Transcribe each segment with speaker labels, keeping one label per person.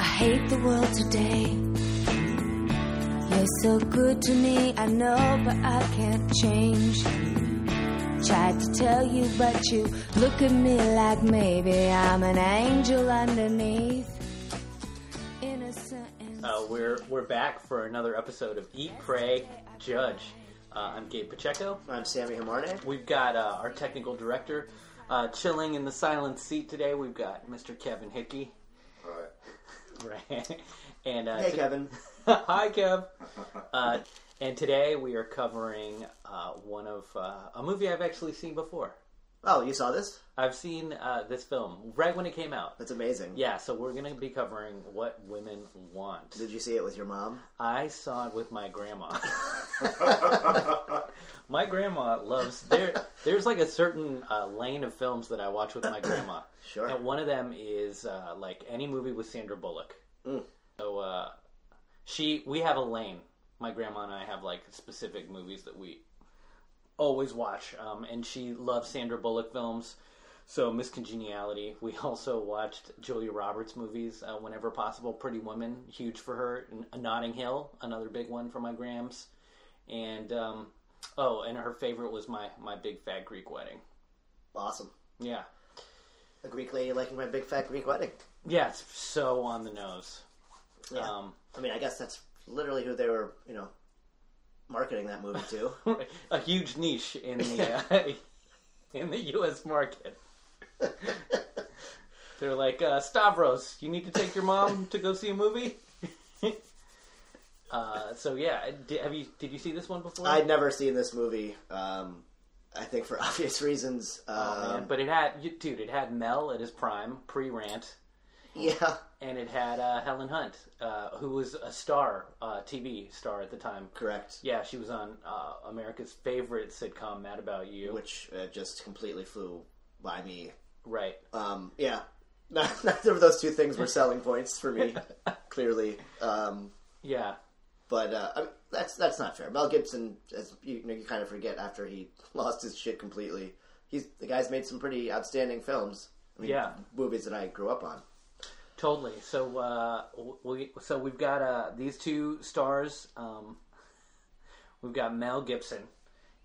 Speaker 1: hate the world today. You're so good to me, I know, but I can't change. Tried to tell you, but you look at me like maybe I'm an angel underneath. Innocent and
Speaker 2: Uh, we're we're back for another episode of Eat, Pray, Judge. Uh, I'm Gabe Pacheco.
Speaker 3: I'm Sammy Hamarne.
Speaker 2: We've got uh, our technical director uh, chilling in the silent seat today. We've got Mr. Kevin Hickey. Right. And uh,
Speaker 3: Hey,
Speaker 2: to-
Speaker 3: Kevin.
Speaker 2: Hi, Kev. Uh, and today we are covering uh, one of uh, a movie I've actually seen before.
Speaker 3: Oh, you saw this?
Speaker 2: I've seen uh, this film right when it came out.
Speaker 3: That's amazing.
Speaker 2: Yeah, so we're going to be covering what women want.
Speaker 3: Did you see it with your mom?
Speaker 2: I saw it with my grandma. my grandma loves there. There's like a certain uh, lane of films that I watch with my grandma.
Speaker 3: Sure.
Speaker 2: And one of them is uh, like any movie with Sandra Bullock. So uh, she, we have a lane. My grandma and I have like specific movies that we always watch, um, and she loves Sandra Bullock films. So Miss Congeniality. We also watched Julia Roberts movies uh, whenever possible. Pretty Woman, huge for her. N- Notting Hill, another big one for my grams. And um, oh, and her favorite was my my Big Fat Greek Wedding.
Speaker 3: Awesome.
Speaker 2: Yeah,
Speaker 3: A Greek lady liking my big fat Greek wedding.
Speaker 2: yeah, it's so on the nose.
Speaker 3: Yeah.
Speaker 2: Um,
Speaker 3: I mean, I guess that's literally who they were, you know, marketing that movie to.
Speaker 2: a huge niche in the uh, in the U.S. market. They're like uh, Stavros. You need to take your mom to go see a movie. uh, so yeah, did, have you did you see this one before?
Speaker 3: I'd never seen this movie. Um, I think for obvious reasons.
Speaker 2: Oh, Man,
Speaker 3: Um,
Speaker 2: but it had you- dude. It had Mel at his prime, pre-rant,
Speaker 3: yeah,
Speaker 2: and it had uh, Helen Hunt, uh, who was a star, uh, TV star at the time.
Speaker 3: correct.
Speaker 2: Yeah, she was on uh, America's favorite sitcom, Mad About You.
Speaker 3: Which uh, just completely flew by me.
Speaker 2: Right.
Speaker 3: Um, yeah, neither of those two things were selling points for me. clearly. Um,
Speaker 2: Yeah.
Speaker 3: But uh, I mean, that's that's not fair. Mel Gibson, as you, you know, you kind of forget after he lost his shit completely. He's the guy's made some pretty outstanding films. I mean,
Speaker 2: Yeah.
Speaker 3: movies that I grew up on.
Speaker 2: Totally. So uh, w- we so we've got uh, these two stars. Um, we've got Mel Gibson,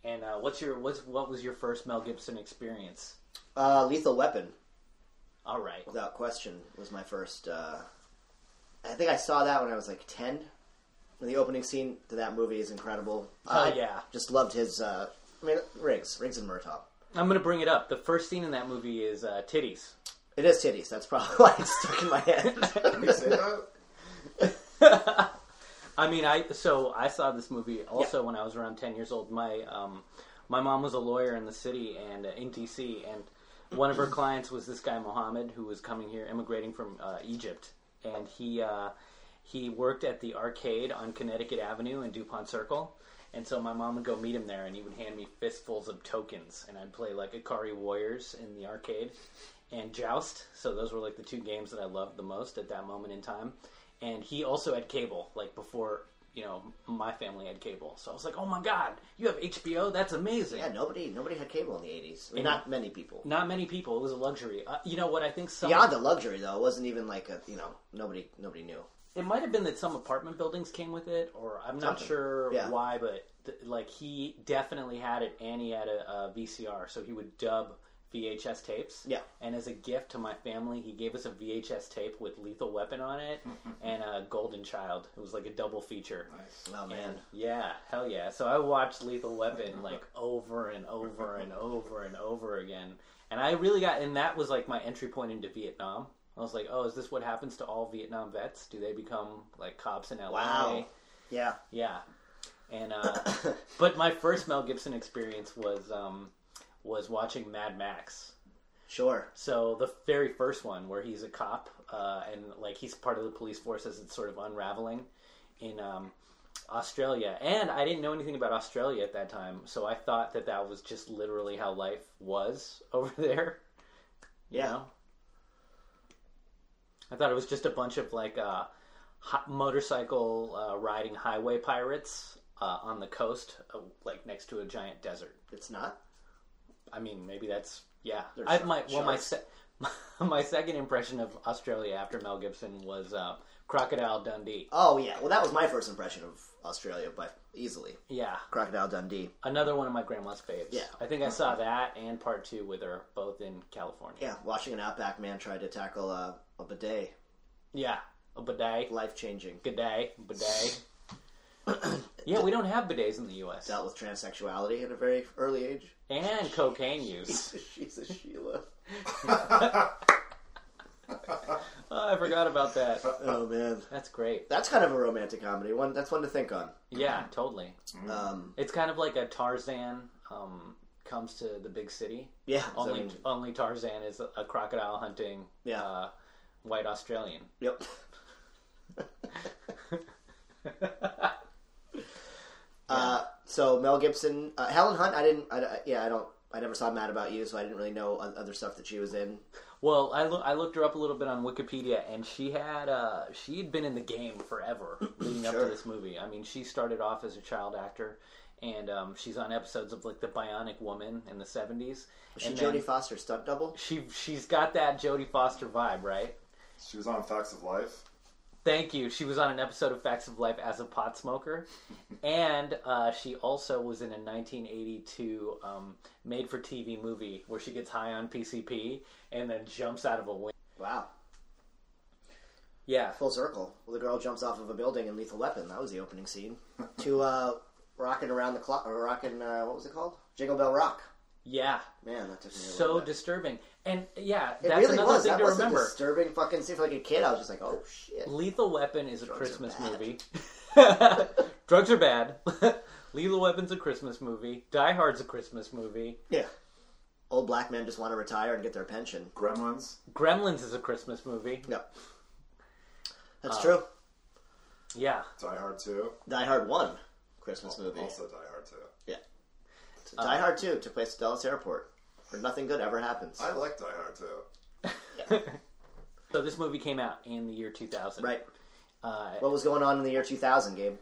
Speaker 2: and uh, what's your what's what was your first Mel Gibson experience?
Speaker 3: Uh, Lethal Weapon,
Speaker 2: All right.
Speaker 3: without question, was my first. Uh, I think I saw that when I was like ten. And the opening scene to that movie is incredible.
Speaker 2: Oh,
Speaker 3: I
Speaker 2: yeah.
Speaker 3: just loved his. Uh, I mean, Riggs, Riggs and Murtaugh.
Speaker 2: I'm gonna bring it up. The first scene in that movie is uh, titties.
Speaker 3: It is titties. That's probably why it's stuck in my head.
Speaker 4: Did you say that?
Speaker 2: I mean, I so I saw this movie also when I was around ten years old. My um, my mom was a lawyer in the city and uh, in DC, and one of her clients was this guy Mohammed, who was coming here, immigrating from uh, Egypt, and he uh, he worked at the arcade on Connecticut Avenue in Dupont Circle. And so my mom would go meet him there, and he would hand me fistfuls of tokens, and I'd play like Ikari Warriors in the arcade, and Joust. So those were like the two games that I loved the most at that moment in time. And he also had cable, like before you know my family had cable. So I was like, oh my god, you have HBO? That's amazing.
Speaker 3: yeah, nobody, nobody had cable in the eighties. I mean, not many people.
Speaker 2: Not many people. It was a luxury. Uh, you know what? I think some.
Speaker 3: beyond the luxury though it wasn't even like a you know nobody nobody knew
Speaker 2: It might have been that some apartment buildings came with it, or I'm not
Speaker 3: Something.
Speaker 2: sure
Speaker 3: Yeah.
Speaker 2: why, but th- like he definitely had it, and he had a, a VCR, so he would dub VHS tapes.
Speaker 3: Yeah.
Speaker 2: And as a gift to my family, he gave us a VHS tape with Lethal Weapon on it
Speaker 3: Mm-hmm.
Speaker 2: and a Golden Child. It was like a double feature.
Speaker 3: oh man
Speaker 2: And yeah, hell yeah. So I watched Lethal Weapon like over and over and over and over again. And I really got, and that was like my entry point into Vietnam. I was like, oh, is this what happens to all Vietnam vets? Do they become like cops in LA?
Speaker 3: Wow. yeah
Speaker 2: Yeah. And, uh, but my first Mel Gibson experience was, um, was watching Mad Max.
Speaker 3: sure
Speaker 2: So the very first one, where he's a cop uh, and like he's part of the police force as it's sort of unraveling in um, Australia, and I didn't know anything about Australia at that time, so I thought that that was just literally how life was over there. you
Speaker 3: Yeah.
Speaker 2: know? I thought it was just a bunch of like uh, hi- motorcycle uh, riding highway pirates uh, on the coast, uh, like next to a giant desert.
Speaker 3: it's not
Speaker 2: I mean, maybe that's yeah.
Speaker 3: There's
Speaker 2: I
Speaker 3: shark-
Speaker 2: might well my
Speaker 3: sharks.
Speaker 2: se- my second impression of Australia after Mel Gibson was uh, Crocodile Dundee.
Speaker 3: Oh yeah, well that was my first impression of Australia, by easily
Speaker 2: Yeah,
Speaker 3: Crocodile Dundee.
Speaker 2: another one of my grandma's faves.
Speaker 3: Yeah.
Speaker 2: I think I saw that and part two with her both in California.
Speaker 3: Yeah, watching an outback man try to tackle uh, a bidet,
Speaker 2: Yeah, a bidet,
Speaker 3: life changing.
Speaker 2: bidet, bidet. yeah, we don't have bidets in the U.S.
Speaker 3: Dealt with transsexuality at a very early age.
Speaker 2: and cocaine use.
Speaker 3: She's a Sheila.
Speaker 2: Oh, I forgot about that.
Speaker 3: Oh man,
Speaker 2: That's great.
Speaker 3: that's kind of a romantic comedy. One that's one to think on.
Speaker 2: Yeah, totally.
Speaker 3: Um,
Speaker 2: It's kind of like a Tarzan um, comes to the big city.
Speaker 3: yeah, so,
Speaker 2: Only, only Tarzan is a crocodile hunting
Speaker 3: Yeah.
Speaker 2: uh, white Australian.
Speaker 3: yep. uh, so Mel Gibson, uh, Helen Hunt. I didn't. I, I- yeah, I don't. I never saw Mad About You, so I didn't really know o- other stuff that she was in.
Speaker 2: Well, I, loo- I looked her up a little bit on Wikipedia, and she had uh, she had been in the game forever leading up
Speaker 3: Sure.
Speaker 2: to this movie. I mean, she started off as a child actor, and um, she's on episodes of like the Bionic Woman in the seventies.
Speaker 3: Was she Jodie Foster stunt double?
Speaker 2: She she's got that Jodie Foster vibe, right?
Speaker 4: She was on Facts of Life.
Speaker 2: Thank you. She was on an episode of Facts of Life as a pot smoker, and uh, she also was in a 1982 um, made-for-TV movie where she gets high on PCP and then jumps out of a window.
Speaker 3: Wow,
Speaker 2: Yeah,
Speaker 3: full circle. Well, the girl jumps off of a building in Lethal Weapon. That was the opening scene. to uh, rocking around the clock, or rocking. Uh, what was it called? Jingle Bell Rock.
Speaker 2: yeah.
Speaker 3: Man, that took me a little
Speaker 2: so
Speaker 3: bit.
Speaker 2: disturbing. And yeah,
Speaker 3: It
Speaker 2: that's
Speaker 3: really
Speaker 2: another
Speaker 3: was.
Speaker 2: thing
Speaker 3: That
Speaker 2: to
Speaker 3: was a
Speaker 2: remember.
Speaker 3: disturbing fucking scene. For like a kid, I was just like, oh shit.
Speaker 2: Lethal Weapon is a
Speaker 3: Drugs are
Speaker 2: Christmas
Speaker 3: bad.
Speaker 2: movie. Drugs are bad. Lethal Weapon's a Christmas movie. Die Hard's a Christmas movie.
Speaker 3: Yeah. Old black men just want to retire and get their pension.
Speaker 4: Gremlins.
Speaker 2: Gremlins is a Christmas movie.
Speaker 3: No. That's
Speaker 2: Uh,
Speaker 3: true.
Speaker 2: Yeah.
Speaker 4: Die Hard 2.
Speaker 3: Die Hard 1 Christmas movie.
Speaker 4: Also Die Hard 2.
Speaker 3: Yeah.
Speaker 2: Uh,
Speaker 3: Die Hard 2 took place at Dallas Airport, where nothing good ever happens.
Speaker 4: I like Die Hard 2.
Speaker 2: So this movie came out in the year 2000.
Speaker 3: Right.
Speaker 2: Uh,
Speaker 3: What was going on in the year 2000, Gabe?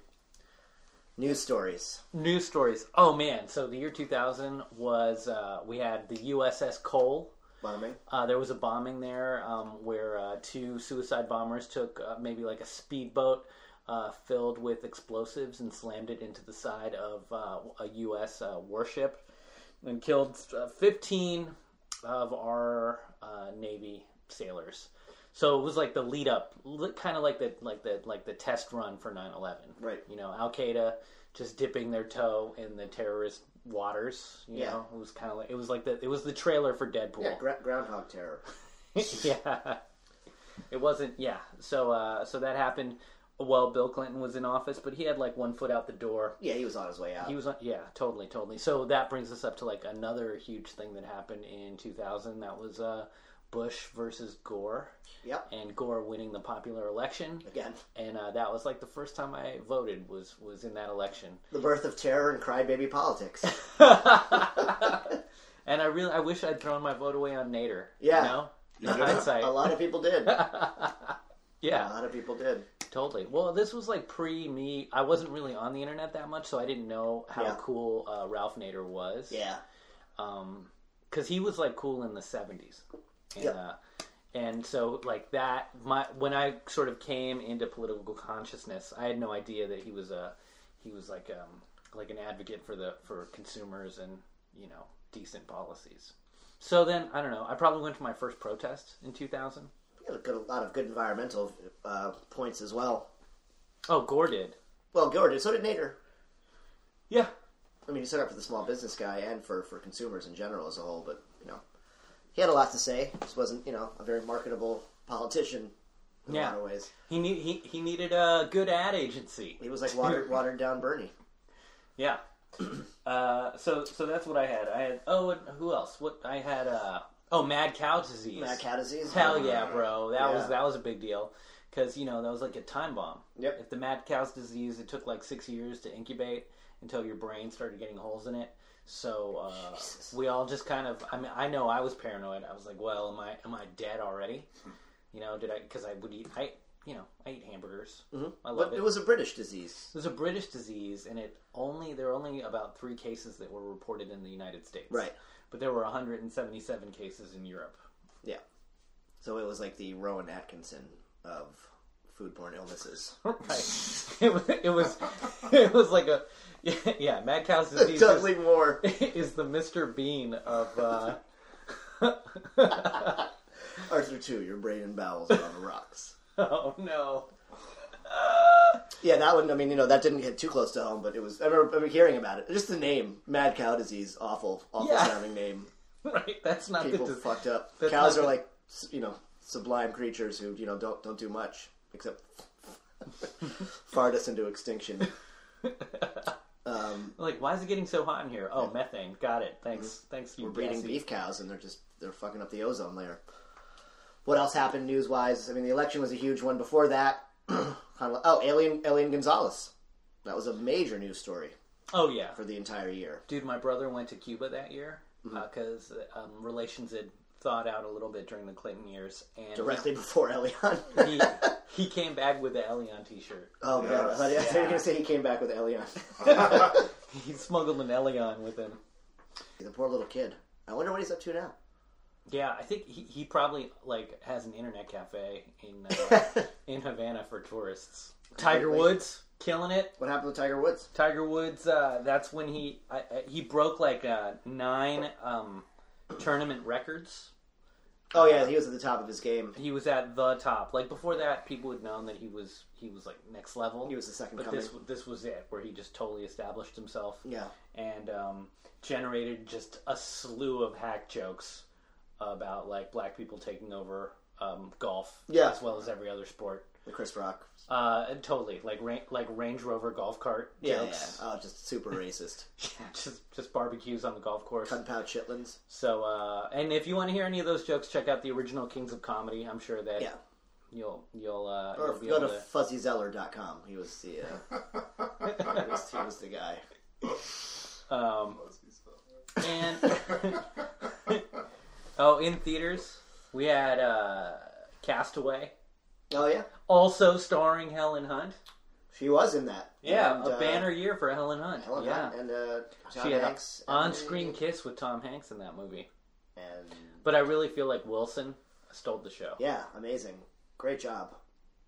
Speaker 3: News stories.
Speaker 2: news stories. Oh man! So the year 2000 was uh, we had the USS Cole.
Speaker 3: Bombing.
Speaker 2: Uh, there was a bombing there um, where uh, two suicide bombers took uh, maybe like a speedboat uh, filled with explosives and slammed it into the side of uh, a U.S. Uh, warship and killed uh, 15 of our uh, Navy sailors. So it was like the lead up, kind of like the like the like the test run for 9/11.
Speaker 3: Right.
Speaker 2: You know, Al Qaeda just dipping their toe in the terrorist waters. You
Speaker 3: Yeah.
Speaker 2: know, it was kind of like it was like the it was the trailer for Deadpool
Speaker 3: Yeah, gra- Groundhog Terror.
Speaker 2: yeah. It wasn't yeah. So uh so that happened while Bill Clinton was in office, but he had like one foot out the door.
Speaker 3: Yeah, he was on his way out.
Speaker 2: He was on, yeah, totally, totally. So that brings us up to like another huge thing that happened in 2000 that was uh Bush versus Gore
Speaker 3: Yep.
Speaker 2: and Gore winning the popular election.
Speaker 3: Again.
Speaker 2: And uh, that was like the first time I voted was was in that election.
Speaker 3: The birth of terror and crybaby politics.
Speaker 2: And I really I wish I'd thrown my vote away on Nader.
Speaker 3: Yeah.
Speaker 2: You know?
Speaker 4: You did?
Speaker 2: Hindsight.
Speaker 3: A lot of people did. A
Speaker 2: Yeah.
Speaker 3: lot of people did.
Speaker 2: Totally. Well, this was like pre me. I wasn't really on the internet that much, so I didn't know how
Speaker 3: Yeah.
Speaker 2: cool uh, Ralph Nader was.
Speaker 3: Yeah.
Speaker 2: Because he was like cool in the seventies. And,
Speaker 3: Yep.
Speaker 2: uh, and so like that, my when I sort of came into political consciousness, I had no idea that he was a he was like um like an advocate for the for consumers and you know decent policies. So then I don't know. I probably went to my first protest in two thousand.
Speaker 3: He had a, good, a lot of good environmental uh, points as well.
Speaker 2: Oh, Gore did.
Speaker 3: Well, Gore did. So did Nader.
Speaker 2: Yeah.
Speaker 3: I mean, he set up for the small business guy and for, for consumers in general as a whole, but, you know, he had a lot to say. Just wasn't, you know, a very marketable politician in
Speaker 2: Yeah.
Speaker 3: a lot of ways.
Speaker 2: He need, he he needed a good ad agency.
Speaker 3: He was like watered, watered down Bernie.
Speaker 2: Yeah. Uh, so so that's what I had. I had oh and who else? What I had uh oh mad cow disease.
Speaker 3: Mad cow disease.
Speaker 2: Hell yeah, bro. That
Speaker 3: Yeah.
Speaker 2: was that was a big deal because you know that was like a time bomb.
Speaker 3: Yep.
Speaker 2: If the mad cow's disease, it took like six years to incubate until your brain started getting holes in it. So uh,
Speaker 3: Jesus.
Speaker 2: we all just kind of. I mean, I know I was paranoid. I was like, well, am I am I dead already? You know, did I? Because I would eat. I you know I eat hamburgers. Mm-hmm. I love
Speaker 3: But it was a British disease.
Speaker 2: it was a British disease, and it only there were only about three cases that were reported in the United States.
Speaker 3: Right.
Speaker 2: but there were 177 cases in Europe.
Speaker 3: Yeah. So it was like the Rowan Atkinson of foodborne illnesses.
Speaker 2: Oh, right. It was, it was, it was like a, yeah, yeah mad cow's disease is,
Speaker 3: Dudley Moore.
Speaker 2: is the Mr. Bean of, uh,
Speaker 3: Arthur 2, your brain and bowels are on the rocks.
Speaker 2: oh no.
Speaker 3: Yeah, that one, I mean, you know, that didn't hit too close to home, but it was, I remember, I remember hearing about it. Just the name, Mad Cow Disease, awful, awful
Speaker 2: Yeah.
Speaker 3: sounding name.
Speaker 2: Right, that's not
Speaker 3: People
Speaker 2: the dis-
Speaker 3: fucked up.
Speaker 2: that's
Speaker 3: Cows
Speaker 2: not
Speaker 3: are
Speaker 2: the-
Speaker 3: like, s- you know, sublime creatures who, you know, don't don't do much except fart us into extinction.
Speaker 2: Like, why is it getting so hot in here? Oh, methane. Got it. Thanks. Thanks. You
Speaker 3: Mm-hmm. We're breeding
Speaker 2: gassy-
Speaker 3: beef cows, and they're just they're fucking up the ozone layer. What else happened news wise? I mean, the election was a huge one. Before that, oh, Alien Alien Gonzalez, that was a major news story
Speaker 2: Oh yeah,
Speaker 3: for Mm-hmm. the entire year.
Speaker 2: dude. My brother went to Cuba that year because um, relations had thawed out a little bit during the Clinton years, and
Speaker 3: Directly before Elion.
Speaker 2: he he came back with the Elion T-shirt.
Speaker 3: oh man, I thought, I thought you were gonna say he came back with Elion.
Speaker 2: He smuggled an Elion with him.
Speaker 3: the poor little kid. I wonder what he's up to now.
Speaker 2: Yeah, I think he, he probably like has an internet cafe in uh, in Havana for tourists. Tiger
Speaker 3: Completely.
Speaker 2: Woods killing it.
Speaker 3: What happened with Tiger Woods?
Speaker 2: Tiger Woods. Uh, that's when he I, I, he broke like uh, nine um, tournament records.
Speaker 3: Oh yeah, he was at the top of his game.
Speaker 2: He was at the top. Like before that, people had known that he was he was like next level.
Speaker 3: He was the second
Speaker 2: But
Speaker 3: coming.
Speaker 2: this this was it, where he just totally established himself.
Speaker 3: Yeah.
Speaker 2: And um, generated just a slew of hack jokes about like black people taking over um, golf.
Speaker 3: Yeah.
Speaker 2: As well as every other sport.
Speaker 3: The Chris Rock.
Speaker 2: Uh, and totally like ra- like Range Rover golf cart
Speaker 3: Yeah,
Speaker 2: jokes.
Speaker 3: yeah. Oh, just super racist.
Speaker 2: just just barbecues on the golf course.
Speaker 3: Gunpow chitlins.
Speaker 2: So, uh, and if you want to hear any of those jokes, check out the original Kings of Comedy. I'm sure that
Speaker 3: Yeah.
Speaker 2: you'll you'll uh,
Speaker 3: Or
Speaker 2: you'll be
Speaker 3: go
Speaker 2: able
Speaker 3: to
Speaker 2: to.
Speaker 3: fuzzyzeller.com. He was the uh, he, was, he was the guy.
Speaker 2: um, And oh, in theaters we had uh, Castaway,
Speaker 3: Oh yeah,
Speaker 2: also starring Helen Hunt.
Speaker 3: she was in that.
Speaker 2: Yeah,
Speaker 3: And,
Speaker 2: a
Speaker 3: uh,
Speaker 2: banner year for Helen Hunt.
Speaker 3: Helen
Speaker 2: yeah,
Speaker 3: Hunt and uh, Tom
Speaker 2: she had an
Speaker 3: Hanks and-
Speaker 2: on-screen kiss with Tom Hanks in that movie.
Speaker 3: And
Speaker 2: But I really feel like Wilson stole the show.
Speaker 3: yeah, amazing, great job.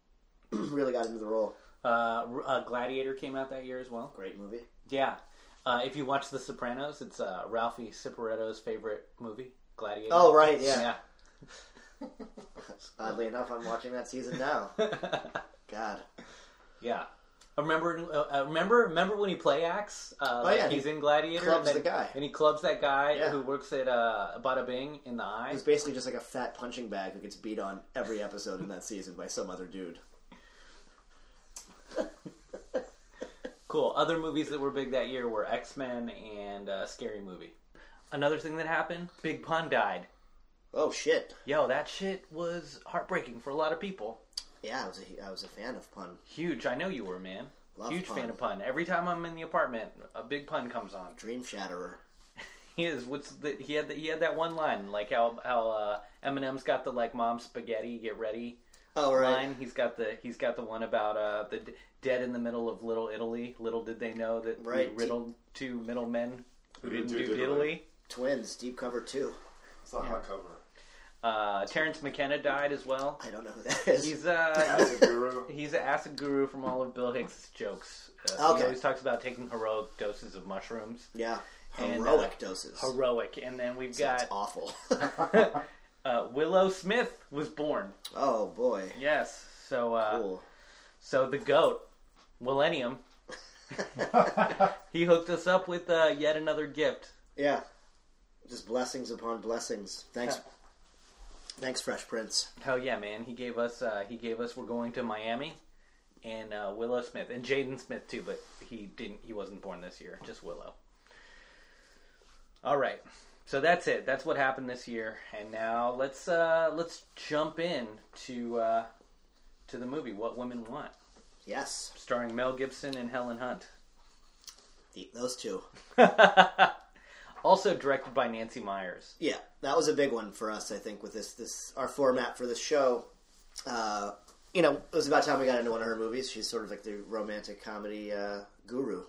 Speaker 3: really got into the role.
Speaker 2: Uh, uh, Gladiator came out that year as well.
Speaker 3: Great movie.
Speaker 2: Yeah. Uh, if you watch The Sopranos, it's uh, Ralphie Ciparetto's favorite movie, Gladiator.
Speaker 3: Oh right, yeah.
Speaker 2: yeah.
Speaker 3: Oddly enough, I'm watching that season now. God.
Speaker 2: Yeah. I remember, uh, uh, remember, remember when he play acts? Uh, like
Speaker 3: Oh, yeah,
Speaker 2: he's
Speaker 3: he
Speaker 2: in Gladiator. and
Speaker 3: clubs
Speaker 2: then-
Speaker 3: the guy.
Speaker 2: and he clubs that guy
Speaker 3: Yeah.
Speaker 2: who works at uh, Bada Bing in the eye.
Speaker 3: He's basically just like a fat punching bag who gets beat on every episode in that season by some other dude.
Speaker 2: Cool. Other movies that were big that year were X Men and uh, Scary Movie. Another thing that happened: Big Pun died.
Speaker 3: Oh shit!
Speaker 2: Yo, that shit was heartbreaking for a lot of people.
Speaker 3: Yeah, I was a, I was a fan of pun.
Speaker 2: Huge. I know you were, man.
Speaker 3: Love
Speaker 2: Huge
Speaker 3: Pun.
Speaker 2: fan of pun. Every time I'm in the apartment, a big pun comes on.
Speaker 3: Dream Shatterer.
Speaker 2: He is. What's the, he had? The, he had that one line, like how how uh, Eminem's got the like "Mom, spaghetti, get ready"
Speaker 3: Oh right.
Speaker 2: line. He's got the he's got the one about uh, the d- dead in the middle of Little Italy. Little did they know that
Speaker 3: Right.
Speaker 2: we riddled two middlemen who didn't do
Speaker 4: do diddly.
Speaker 2: diddly.
Speaker 3: Twins. Deep cover two.
Speaker 4: It's not my cover.
Speaker 2: Uh, Terrence McKenna died as well.
Speaker 3: I don't know who that is.
Speaker 2: He's uh
Speaker 4: As a guru,
Speaker 2: he's an acid guru from all of Bill Hicks' jokes. Uh,
Speaker 3: Okay.
Speaker 2: He always talks about taking heroic doses of mushrooms.
Speaker 3: yeah.
Speaker 2: And,
Speaker 3: Heroic
Speaker 2: uh,
Speaker 3: doses.
Speaker 2: Heroic, and then we've
Speaker 3: That's
Speaker 2: got
Speaker 3: awful.
Speaker 2: uh, Willow Smith was born.
Speaker 3: oh boy.
Speaker 2: Yes. So uh,
Speaker 3: Cool.
Speaker 2: so the goat, Millennium. he hooked us up with uh, yet another gift.
Speaker 3: Yeah. Just blessings upon blessings. Thanks. Thanks, Fresh Prince.
Speaker 2: Hell yeah, man! He gave us uh, he gave us we're going to Miami, and uh, Willow Smith and Jaden Smith too, but he didn't he wasn't born this year, just Willow. All right, so that's it. That's what happened this year, and now let's uh, let's jump in to uh, to the movie What Women Want,
Speaker 3: Yes.
Speaker 2: starring Mel Gibson and Helen Hunt.
Speaker 3: The, those two.
Speaker 2: Also directed by Nancy Myers.
Speaker 3: Yeah, that was a big one for us. I think with this this our format for this show. Uh, you know, it was about time we got into one of her movies. She's sort of like the romantic comedy uh, guru.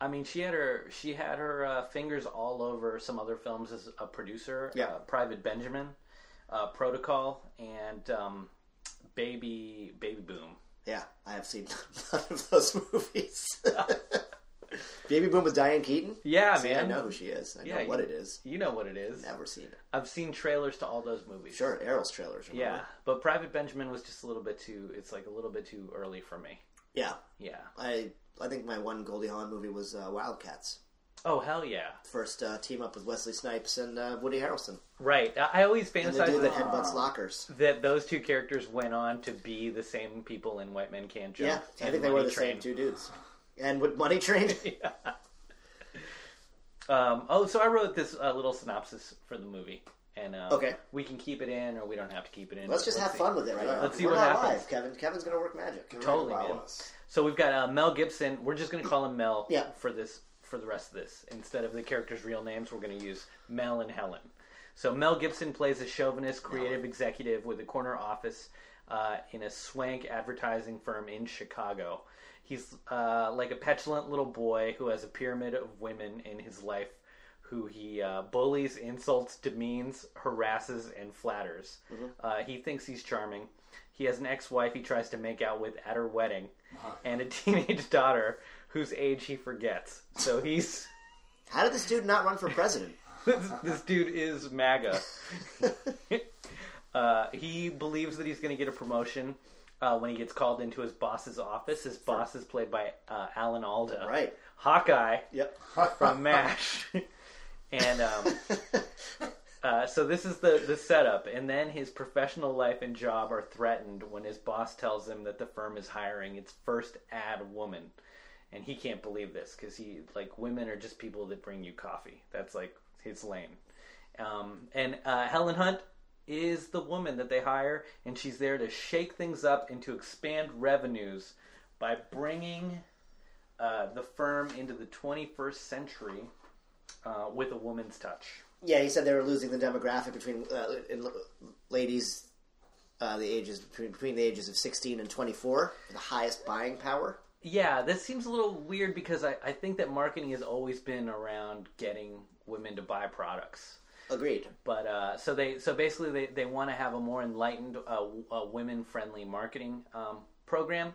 Speaker 2: I mean, she had her she had her uh, fingers all over some other films as a producer.
Speaker 3: Yeah.
Speaker 2: uh, Private Benjamin, uh, Protocol, and um, Baby Baby Boom.
Speaker 3: Yeah, I have seen none of those movies. Baby Boom with Diane Keaton.
Speaker 2: Yeah,
Speaker 3: See,
Speaker 2: man.
Speaker 3: I know who she is. I know
Speaker 2: Yeah,
Speaker 3: what
Speaker 2: you-
Speaker 3: it is.
Speaker 2: You know what it is.
Speaker 3: Never seen it.
Speaker 2: I've seen trailers to all those movies.
Speaker 3: Sure, Uh-huh. Errol's trailers. Remember?
Speaker 2: Yeah, but Private Benjamin was just a little bit too. It's like a little bit too early for me.
Speaker 3: yeah.
Speaker 2: Yeah.
Speaker 3: I I think my one Goldie Hawn movie was uh, Wildcats.
Speaker 2: Oh hell yeah!
Speaker 3: First uh, team up with Wesley Snipes and uh, Woody Harrelson,
Speaker 2: Right. I I always
Speaker 3: and the dude
Speaker 2: fantasize
Speaker 3: that
Speaker 2: that,
Speaker 3: headbutts lockers.
Speaker 2: those two characters went on to be the same people in White Men Can't Jump.
Speaker 3: Yeah, I
Speaker 2: and
Speaker 3: think they were
Speaker 2: Money
Speaker 3: the
Speaker 2: Train.
Speaker 3: same two dudes. And with Money Train,
Speaker 2: Um, oh, so I wrote this uh, little synopsis for the movie, and uh,
Speaker 3: Okay.
Speaker 2: we can keep it in, or we don't have to keep it in.
Speaker 3: let's just have
Speaker 2: see.
Speaker 3: fun with it right now.
Speaker 2: Let's see
Speaker 3: We're
Speaker 2: what
Speaker 3: not
Speaker 2: happens.
Speaker 3: live, Kevin. Kevin's gonna work magic.
Speaker 2: Totally,
Speaker 4: Wow,
Speaker 2: man.
Speaker 4: us.
Speaker 2: So we've got uh, Mel Gibson. We're just going to call him Mel
Speaker 3: Yeah.
Speaker 2: for this for the rest of this. Instead of the characters' real names, we're going to use Mel and Helen. So Mel Gibson plays a chauvinist creative executive with a corner office uh, in a swank advertising firm in Chicago. He's uh, like a petulant little boy who has a pyramid of women in his life who he uh, bullies, insults, demeans, harasses, and flatters. Uh, he thinks he's charming. He has an ex-wife he tries to make out with at her wedding, and a teenage daughter whose age he forgets. So he's
Speaker 3: How did this dude not run for president?
Speaker 2: this, this dude is MAGA. uh, he believes that he's going to get a promotion uh, when he gets called into his boss's office. His boss is played by uh, Alan Alda,
Speaker 3: Right.
Speaker 2: Hawkeye
Speaker 3: Yep.
Speaker 2: from MASH. and um, uh, so this is the, the setup. And then his professional life and job are threatened when his boss tells him that the firm is hiring its first ad woman. And he can't believe this because he, like, women are just people that bring you coffee. That's like his lane. Um, and uh, Helen Hunt is the woman that they hire, and she's there to shake things up and to expand revenues by bringing uh, the firm into the 21st century uh, with a woman's touch.
Speaker 3: Yeah, he said they were losing the demographic between uh, in ladies uh, the ages between, between the ages of 16 and 24, the highest buying power.
Speaker 2: Yeah, this seems a little weird because I, I think that marketing has always been around getting women to buy products.
Speaker 3: Agreed.
Speaker 2: But uh, so they so basically they, they want to have a more enlightened, uh, w- uh, women friendly marketing um, program.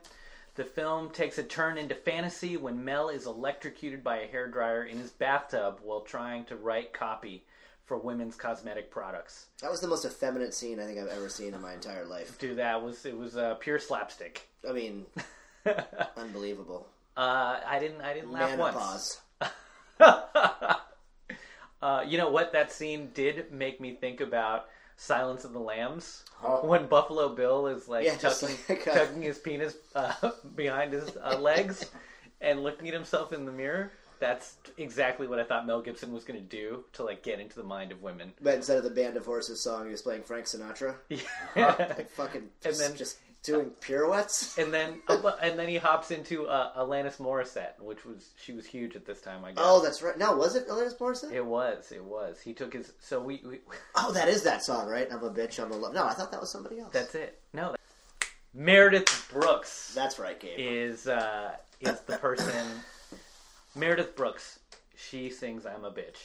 Speaker 2: The film takes a turn into fantasy when Mel is electrocuted by a hairdryer in his bathtub while trying to write copy for women's cosmetic products.
Speaker 3: That was the most effeminate scene I think I've ever seen in my entire life.
Speaker 2: Dude, that was it was uh, pure slapstick.
Speaker 3: I mean, unbelievable.
Speaker 2: Uh, I didn't I didn't laugh once.
Speaker 3: Menopause.
Speaker 2: Uh, you know what? That scene did make me think about Silence of the Lambs when Buffalo Bill is like
Speaker 3: Yeah, just
Speaker 2: tucking,
Speaker 3: like, uh,
Speaker 2: tucking his penis uh, behind his uh, legs and looking at himself in the mirror. That's exactly what I thought Mel Gibson was going to do to like get into the mind of women.
Speaker 3: But instead of the Band of Horses song, he was playing Frank Sinatra.
Speaker 2: and
Speaker 3: Fucking
Speaker 2: And then-
Speaker 3: just, doing pirouettes.
Speaker 2: then uh, and then he hops into uh, Alanis Morissette, which was she was huge at this time. I guess.
Speaker 3: Oh, that's right. No, was it Alanis Morissette?
Speaker 2: It was. It was. He took his. So we. we
Speaker 3: Oh, that is that song, right? I'm a bitch, I'm a love. No, I thought that was somebody else.
Speaker 2: that's it. No. Meredith Brooks
Speaker 3: That's right, Gabe.
Speaker 2: is uh, is the person. Meredith Brooks. She sings "I'm a bitch."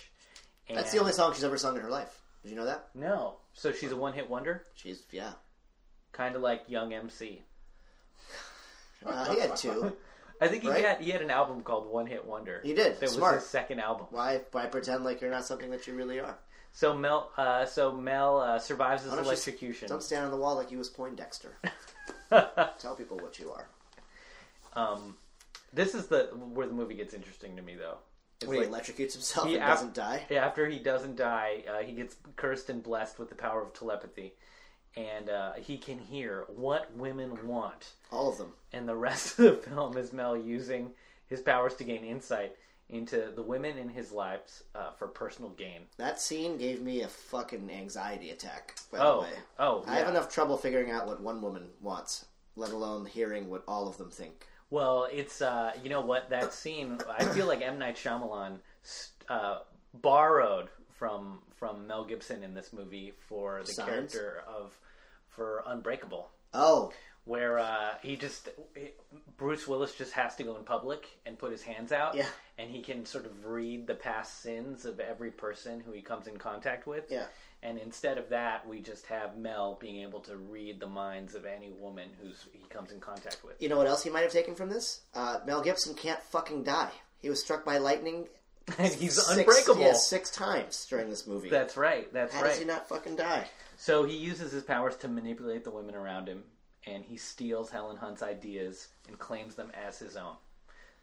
Speaker 2: And
Speaker 3: That's the only song she's ever sung in her life. Did you know that?
Speaker 2: No. So she's a one-hit wonder,
Speaker 3: She's yeah.
Speaker 2: kind of like Young MC.
Speaker 3: Uh, he had two.
Speaker 2: I think he
Speaker 3: Right?
Speaker 2: had he had an album called One Hit Wonder.
Speaker 3: He did.
Speaker 2: That
Speaker 3: Smart.
Speaker 2: was his second album.
Speaker 3: Why? Why pretend like you're not something that you really are?
Speaker 2: So Mel, uh, so Mel uh, survives his
Speaker 3: Why don't you-
Speaker 2: electrocution.
Speaker 3: Don't stand on the wall like you was Poindexter. Tell people what you are.
Speaker 2: Um, this is the where the movie gets interesting to me, though.
Speaker 3: If
Speaker 2: Wait.
Speaker 3: he electrocutes himself
Speaker 2: He
Speaker 3: and
Speaker 2: ab-
Speaker 3: doesn't die,
Speaker 2: After he doesn't die, uh, he gets cursed and blessed with the power of telepathy, and uh, he can hear what women want.
Speaker 3: all of them.
Speaker 2: And the rest of the film is Mel using his powers to gain insight into the women in his lives uh, for personal gain.
Speaker 3: That scene gave me a fucking anxiety attack. By
Speaker 2: Oh,
Speaker 3: the way,
Speaker 2: oh,
Speaker 3: I have
Speaker 2: yeah.
Speaker 3: enough trouble figuring out what one woman wants, let alone hearing what all of them think.
Speaker 2: Well, it's uh, you know what that scene. I feel like M Night Shyamalan uh, borrowed from from Mel Gibson in this movie for the
Speaker 3: Signs?
Speaker 2: character of for Unbreakable.
Speaker 3: Oh,
Speaker 2: where uh, he just Bruce Willis just has to go in public and put his hands out,
Speaker 3: Yeah.
Speaker 2: and he can sort of read the past sins of every person who he comes in contact with.
Speaker 3: Yeah.
Speaker 2: And instead of that, we just have Mel being able to read the minds of any woman who's he comes in contact with.
Speaker 3: You know what else he might have taken from this? Uh, Mel Gibson can't fucking die. He was struck by lightning
Speaker 2: And he's
Speaker 3: six,
Speaker 2: unbreakable.
Speaker 3: yeah, six times during this movie.
Speaker 2: That's right. That's
Speaker 3: How
Speaker 2: right.
Speaker 3: does he not fucking die?
Speaker 2: So he uses his powers to manipulate the women around him, and he steals Helen Hunt's ideas and claims them as his own.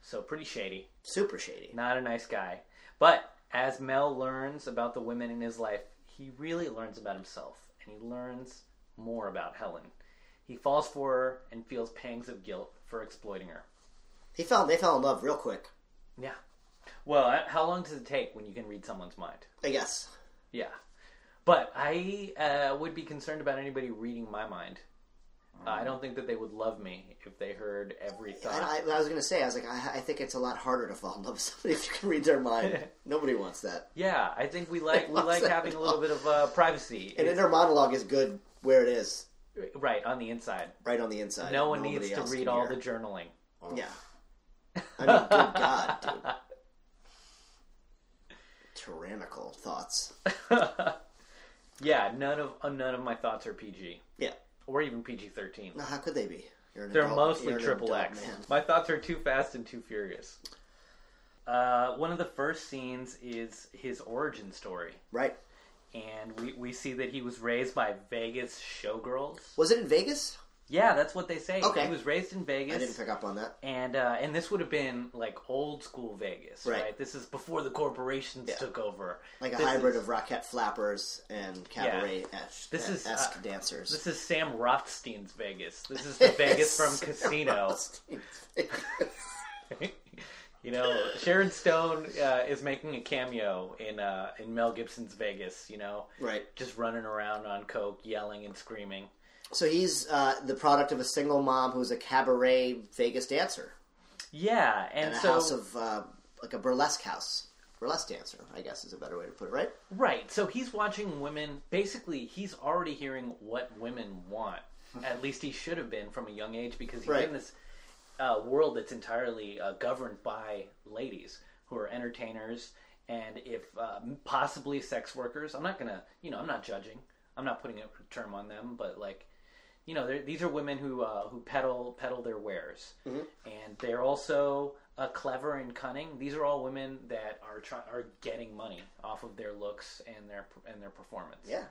Speaker 2: So pretty shady.
Speaker 3: Super shady.
Speaker 2: Not a nice guy. But as Mel learns about the women in his life, he really learns about himself, and he learns more about Helen. He falls for her and feels pangs of guilt for exploiting her.
Speaker 3: He fell. They fell in love real quick.
Speaker 2: Yeah. Well, uh, how long does it take when you can read someone's mind?
Speaker 3: I guess.
Speaker 2: Yeah, but I uh, would be concerned about anybody reading my mind. Uh, I don't think that they would love me if they heard every thought.
Speaker 3: I, I, I was gonna say. I was like, I, I think it's a lot harder to fall in love with somebody if you can read their mind. Nobody wants that.
Speaker 2: yeah, I think we like we
Speaker 3: What's
Speaker 2: like
Speaker 3: that?
Speaker 2: having a little bit of uh, privacy,
Speaker 3: An
Speaker 2: It's-
Speaker 3: inner monologue is good where it is,
Speaker 2: right on the inside.
Speaker 3: right on the inside.
Speaker 2: No one
Speaker 3: Nobody
Speaker 2: needs to
Speaker 3: else
Speaker 2: read
Speaker 3: can
Speaker 2: all the
Speaker 3: hear.
Speaker 2: journaling.
Speaker 4: Oh,
Speaker 3: Yeah. I mean, good God, dude. Tyrannical thoughts.
Speaker 2: Yeah, none of uh, none of my thoughts are PG
Speaker 3: Yeah.
Speaker 2: or even PG thirteen.
Speaker 3: No, how could they be? You're an
Speaker 2: They're
Speaker 3: adult-
Speaker 2: mostly
Speaker 3: you're an
Speaker 2: triple
Speaker 3: adult
Speaker 2: X.
Speaker 3: man.
Speaker 2: My thoughts are too fast and too furious. Uh, one of the first scenes is his origin story.
Speaker 3: Right.
Speaker 2: and we, we see that he was raised by Vegas showgirls.
Speaker 3: Was it in Vegas?
Speaker 2: Yeah, that's what they say.
Speaker 3: Okay.
Speaker 2: He was raised in
Speaker 3: I didn't
Speaker 2: Vegas,
Speaker 3: pick up on that.
Speaker 2: and uh, and this would have been like old school Vegas, right?
Speaker 3: Right.
Speaker 2: This is before the corporations
Speaker 3: Yeah.
Speaker 2: took over.
Speaker 3: Like a
Speaker 2: This
Speaker 3: hybrid
Speaker 2: is-
Speaker 3: of Rockette flappers and cabaret esque
Speaker 2: This is, uh,
Speaker 3: dancers.
Speaker 2: This is Sam Rothstein's Vegas. This is the Vegas from Casino. you know, Sharon Stone uh, is making a cameo in uh, in Mel Gibson's Vegas. You know,
Speaker 3: right.
Speaker 2: just running around on coke, yelling and screaming.
Speaker 3: So he's uh, the product of a single mom who's a cabaret Vegas dancer
Speaker 2: Yeah, and,
Speaker 3: and a
Speaker 2: so
Speaker 3: house of uh, like a burlesque house. Burlesque dancer, I guess, is a better way to put it, right?
Speaker 2: Right. So he's watching women. Basically, he's already hearing what women want. At least he should have been from a young age because he's
Speaker 3: Right.
Speaker 2: in this uh, world that's entirely uh, governed by ladies who are entertainers and if uh, possibly sex workers. I'm not gonna, you know, I'm not judging. I'm not putting a term on them, but like, you know, they're- these are women who uh, who peddle peddle their wares,
Speaker 3: Mm-hmm.
Speaker 2: and they're also uh, clever and cunning. These are all women that are try- are getting money off of their looks and their and their performance.
Speaker 3: Yeah.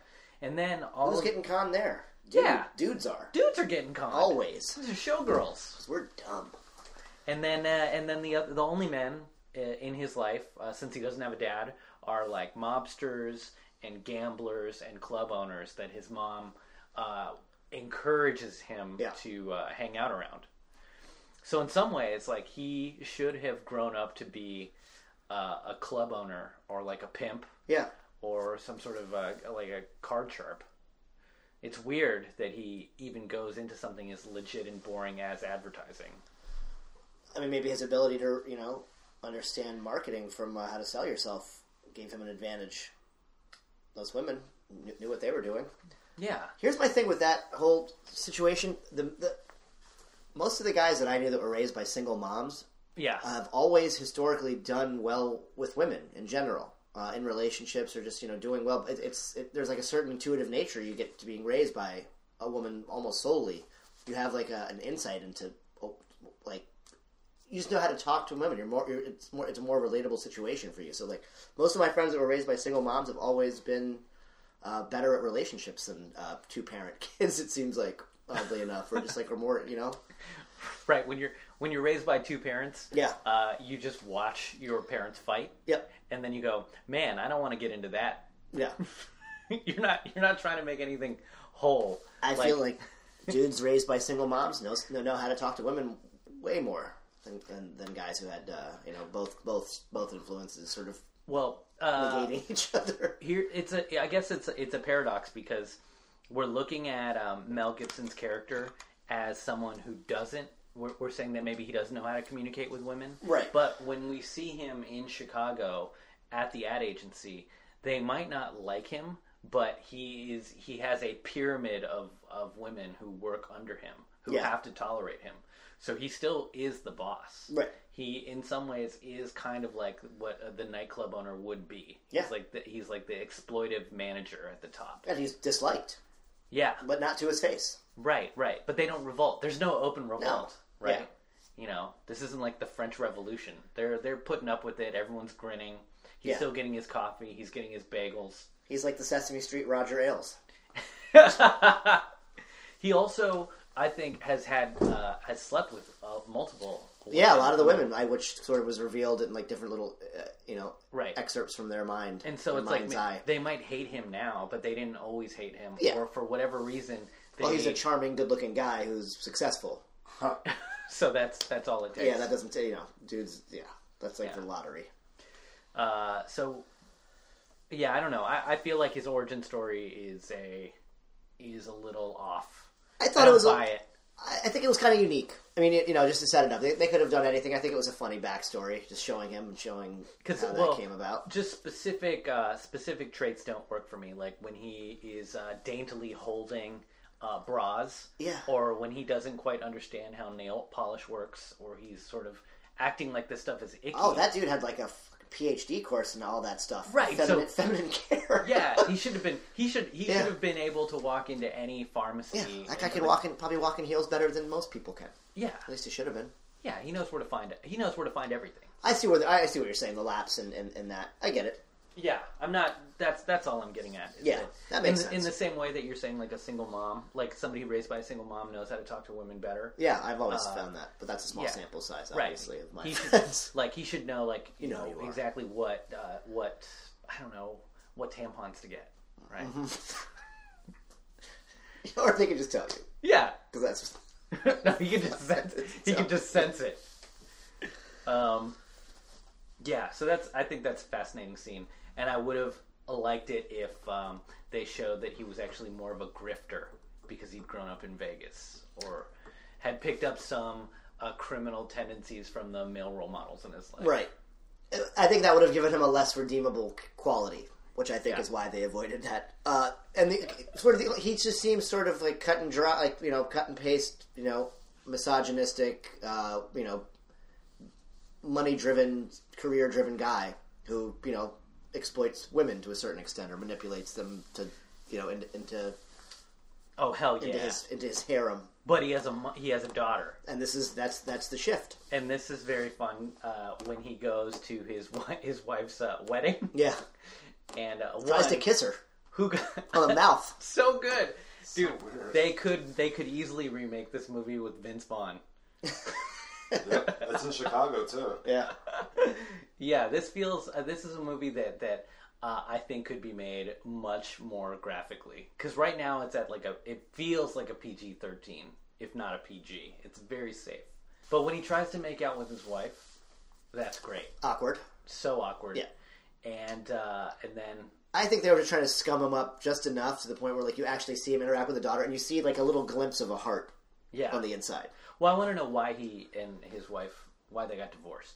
Speaker 2: and then all
Speaker 3: Who's
Speaker 2: of-
Speaker 3: getting con there?
Speaker 2: Oh.
Speaker 3: Dude,
Speaker 2: Yeah.
Speaker 3: Dudes are.
Speaker 2: dudes are getting conned.
Speaker 3: Always.
Speaker 2: These are showgirls.
Speaker 3: 'Cause We're dumb.
Speaker 2: And then, uh, and then the other, the only men uh, in his life, uh, since he doesn't have a dad, are like mobsters and gamblers and club owners that his mom uh, encourages him
Speaker 3: Yeah.
Speaker 2: to uh, hang out around. So in some ways, like he should have grown up to be uh, a club owner or like a pimp
Speaker 3: Yeah.
Speaker 2: or some sort of uh, like a card sharp. It's weird that he even goes into something as legit and boring as advertising.
Speaker 3: I mean, maybe his ability to, you know, understand marketing from uh, how to sell yourself gave him an advantage. Those women knew, knew what they were doing.
Speaker 2: Yeah.
Speaker 3: Here's my thing with that whole situation: the, the most of the guys that I knew that were raised by single moms
Speaker 2: Yeah.
Speaker 3: have always historically done well with women in general, uh, in relationships or just you know doing well. It, it's it, there's like a certain intuitive nature you get to being raised by a woman almost solely. You have like a, an insight into oh, like you just know how to talk to women. You're more you're, it's more it's a more relatable situation for you. So like most of my friends that were raised by single moms have always been uh, better at relationships than uh, two parent kids. It seems like oddly enough, or just like or more you know
Speaker 2: Right when you're when you're raised by two parents,
Speaker 3: Yeah.
Speaker 2: uh, you just watch your parents fight,
Speaker 3: yep
Speaker 2: and then you go, "Man, I don't want to get into that."
Speaker 3: yeah.
Speaker 2: you're not you're not trying to make anything whole.
Speaker 3: I feel like dudes raised by single moms know know how to talk to women way more than than, than guys who had uh, you know both both both influences sort of
Speaker 2: well, uh,
Speaker 3: negating each other.
Speaker 2: here it's a I guess it's a, it's a paradox because we're looking at um, Mel Gibson's character as someone who doesn't. We're, we're saying that maybe he doesn't know how to communicate with women,
Speaker 3: Right.
Speaker 2: But when we see him in Chicago at the ad agency, they might not like him, but he is he has a pyramid of of women who work under him who
Speaker 3: Yeah.
Speaker 2: have to tolerate him. So he still is the boss.
Speaker 3: Right.
Speaker 2: He, in some ways, is kind of like what uh, the nightclub owner would be.
Speaker 3: Yeah.
Speaker 2: He's like the, he's like the exploitive manager at the top.
Speaker 3: And he's disliked,
Speaker 2: Yeah.
Speaker 3: but not to his face.
Speaker 2: Right. Right. But they don't revolt. There's no open revolt.
Speaker 3: No.
Speaker 2: Right.
Speaker 3: Yeah.
Speaker 2: You know, this isn't like the French Revolution. They're they're putting up with it. Everyone's grinning. He's
Speaker 3: Yeah.
Speaker 2: still getting his coffee. He's getting his bagels.
Speaker 3: He's like the Sesame Street Roger Ailes.
Speaker 2: He also, I think, has had uh, has slept with uh, multiple.
Speaker 3: Yeah, a lot of the women, I, which sort of was revealed in like different little, uh, you know,
Speaker 2: Right.
Speaker 3: excerpts from their mind.
Speaker 2: And so
Speaker 3: their
Speaker 2: it's like
Speaker 3: mind's
Speaker 2: ma-
Speaker 3: eye.
Speaker 2: they might hate him now, but they didn't always hate him,
Speaker 3: Yeah.
Speaker 2: or for whatever reason. They,
Speaker 3: Well, Oh, he's a charming, good-looking guy who's successful.
Speaker 2: so that's that's all it takes.
Speaker 3: Yeah, that doesn't you know, dudes. Yeah, that's like the lottery.
Speaker 2: uh, so yeah, I don't know. I, I feel like his origin story is a is a little off.
Speaker 3: I
Speaker 2: I
Speaker 3: thought it
Speaker 2: don't
Speaker 3: was.
Speaker 2: buy
Speaker 3: I
Speaker 2: it.
Speaker 3: I think it was kind of unique. I mean, it, you know, just to set it up, they, they could have done anything. I think it was a funny backstory, just showing him and showing how
Speaker 2: 'Cause,
Speaker 3: that
Speaker 2: well,
Speaker 3: came about.
Speaker 2: Just specific uh, specific traits don't work for me. Like when he is uh, daintily holding uh, bras,
Speaker 3: Yeah.
Speaker 2: or when he doesn't quite understand how nail polish works, or he's sort of acting like this stuff is icky.
Speaker 3: Oh, that dude had like a fucking PhD course and all that stuff.
Speaker 2: Right, so-
Speaker 3: feminine, feminine care.
Speaker 2: yeah, he should have been. He should. He
Speaker 3: Yeah.
Speaker 2: should have been able to walk into any pharmacy.
Speaker 3: yeah. That guy
Speaker 2: and-
Speaker 3: can walk in, probably walk in heels better than most people can. At
Speaker 2: Yeah,
Speaker 3: least he should have been.
Speaker 2: yeah. He knows where to find it. He knows where to find everything.
Speaker 3: I see where the, I see what you're saying. The lapse and, and, and that. I get it.
Speaker 2: Yeah, I'm not. That's that's all I'm getting at. is
Speaker 3: Yeah, that makes
Speaker 2: in,
Speaker 3: sense.
Speaker 2: In the same way that you're saying, like a single mom, like somebody raised by a single mom knows how to talk to women better.
Speaker 3: Yeah, I've always found that, but that's a small
Speaker 2: Uh, yeah.
Speaker 3: sample size,
Speaker 2: Right.
Speaker 3: obviously, of my
Speaker 2: He should-
Speaker 3: friends.
Speaker 2: Like he should know, like you,
Speaker 3: You know
Speaker 2: know,
Speaker 3: who you are.
Speaker 2: exactly what uh, what I don't know what tampons to get. Right.
Speaker 3: Mm-hmm. or they could just tell you
Speaker 2: Yeah.
Speaker 3: because that's
Speaker 2: no, he can just sense. He can just sense it. Um, yeah. So that's. I think that's a fascinating scene, and I would have liked it if um, they showed that he was actually more of a grifter because he'd grown up in Vegas or had picked up some uh, criminal tendencies from the male role models in his life.
Speaker 3: right. I think that would have given him a less redeemable quality, which I think is why they avoided that. Uh, and the, sort of the, he just seems sort of like cut and dry, like you know, cut and paste, you know, misogynistic, uh, you know, money-driven, career-driven guy who you know exploits women to a certain extent or manipulates them to you know in, into
Speaker 2: Oh hell yeah!
Speaker 3: into his into his harem.
Speaker 2: But he has a mo- he has a daughter.
Speaker 3: And this is that's that's the shift.
Speaker 2: And this is very fun uh, when he goes to his wi- his wife's uh, wedding
Speaker 3: Yeah,
Speaker 2: and uh,
Speaker 3: tries to
Speaker 2: one-
Speaker 3: kiss her
Speaker 2: who got,
Speaker 3: on the mouth.
Speaker 2: so good, dude.
Speaker 4: weird.
Speaker 2: they could they could easily remake this movie with Vince Vaughn.
Speaker 4: Yep, it's in Chicago too.
Speaker 3: Yeah.
Speaker 2: Yeah, this feels uh, this is a movie that that uh, I think could be made much more graphically because right now it's at like a it feels like a PG thirteen if not a PG. It's very safe. But when he tries to make out with his wife, that's great.
Speaker 3: Awkward.
Speaker 2: So awkward.
Speaker 3: Yeah.
Speaker 2: And uh, and then
Speaker 3: I think they were just trying to scum him up just enough to the point where like you actually see him interact with the daughter and you see like a little glimpse of a heart
Speaker 2: yeah,
Speaker 3: on the inside.
Speaker 2: Well, I want to know why he and his wife why they got divorced.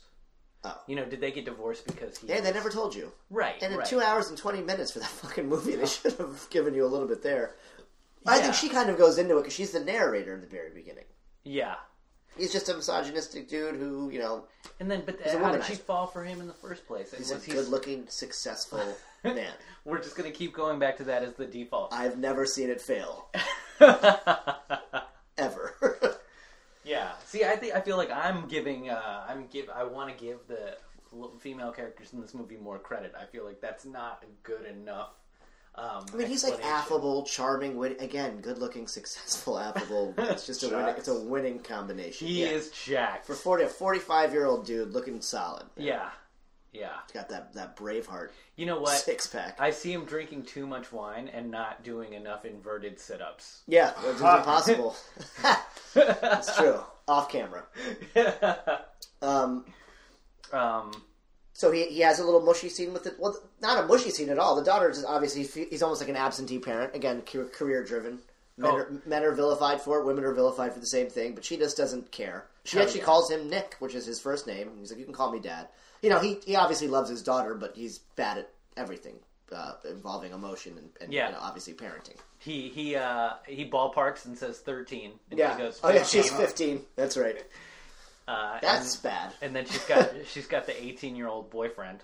Speaker 3: Oh.
Speaker 2: You know, did they get divorced because he?
Speaker 3: Yeah, they never told you.
Speaker 2: Right.
Speaker 3: And in
Speaker 2: right.
Speaker 3: two hours and twenty minutes for that fucking movie, they should have given you a little bit there. I
Speaker 2: Yeah.
Speaker 3: think she kind of goes into it because she's the narrator in the very beginning.
Speaker 2: Yeah.
Speaker 3: He's just a misogistic dude who, you know,
Speaker 2: And then, but
Speaker 3: a
Speaker 2: how did
Speaker 3: womanizer.
Speaker 2: she fall for him in the first place? It
Speaker 3: is a
Speaker 2: was- he's-
Speaker 3: good-looking, successful man.
Speaker 2: we're just going to keep going back to that as the default.
Speaker 3: I've never seen it fail ever.
Speaker 2: yeah. See, I think I feel like I'm giving. Uh, I'm give. I want to give the l- female characters in this movie more credit. I feel like that's not good enough. Um,
Speaker 3: I mean, he's like
Speaker 2: explanation.
Speaker 3: affable, charming, win- again, good-looking, successful, affable. It's just a winning, it's a winning combination.
Speaker 2: He
Speaker 3: yeah.
Speaker 2: is jacked.
Speaker 3: for 40, a forty-five-year-old dude looking solid.
Speaker 2: yeah. Yeah.
Speaker 3: Got that that Braveheart
Speaker 2: You know what?
Speaker 3: six-pack.
Speaker 2: I see him drinking too much wine and not doing enough inverted sit-ups.
Speaker 3: yeah, it's impossible. it's true. Off camera. Um.
Speaker 2: Um,
Speaker 3: So he, he has a little mushy scene with it. Well, not a mushy scene at all. The daughter is obviously he- he's almost like an absentee parent. Again, career driven. Men,
Speaker 2: Oh.
Speaker 3: are, men are vilified for it. Women are vilified for the same thing. But she just doesn't care. She
Speaker 2: Oh,
Speaker 3: actually
Speaker 2: yeah.
Speaker 3: calls him Nick, which is his first name. He's like, you can call me Dad. You know, he he obviously loves his daughter, but he's bad at everything. uh, involving emotion and, and
Speaker 2: Yeah.
Speaker 3: you know, obviously parenting.
Speaker 2: He he uh he ballparks and says thirteen. And
Speaker 3: Yeah.
Speaker 2: She goes,
Speaker 3: oh yeah, she's
Speaker 2: 15.
Speaker 3: fifteen. That's right.
Speaker 2: Uh,
Speaker 3: That's bad.
Speaker 2: and, and then she's got she's got the eighteen year old boyfriend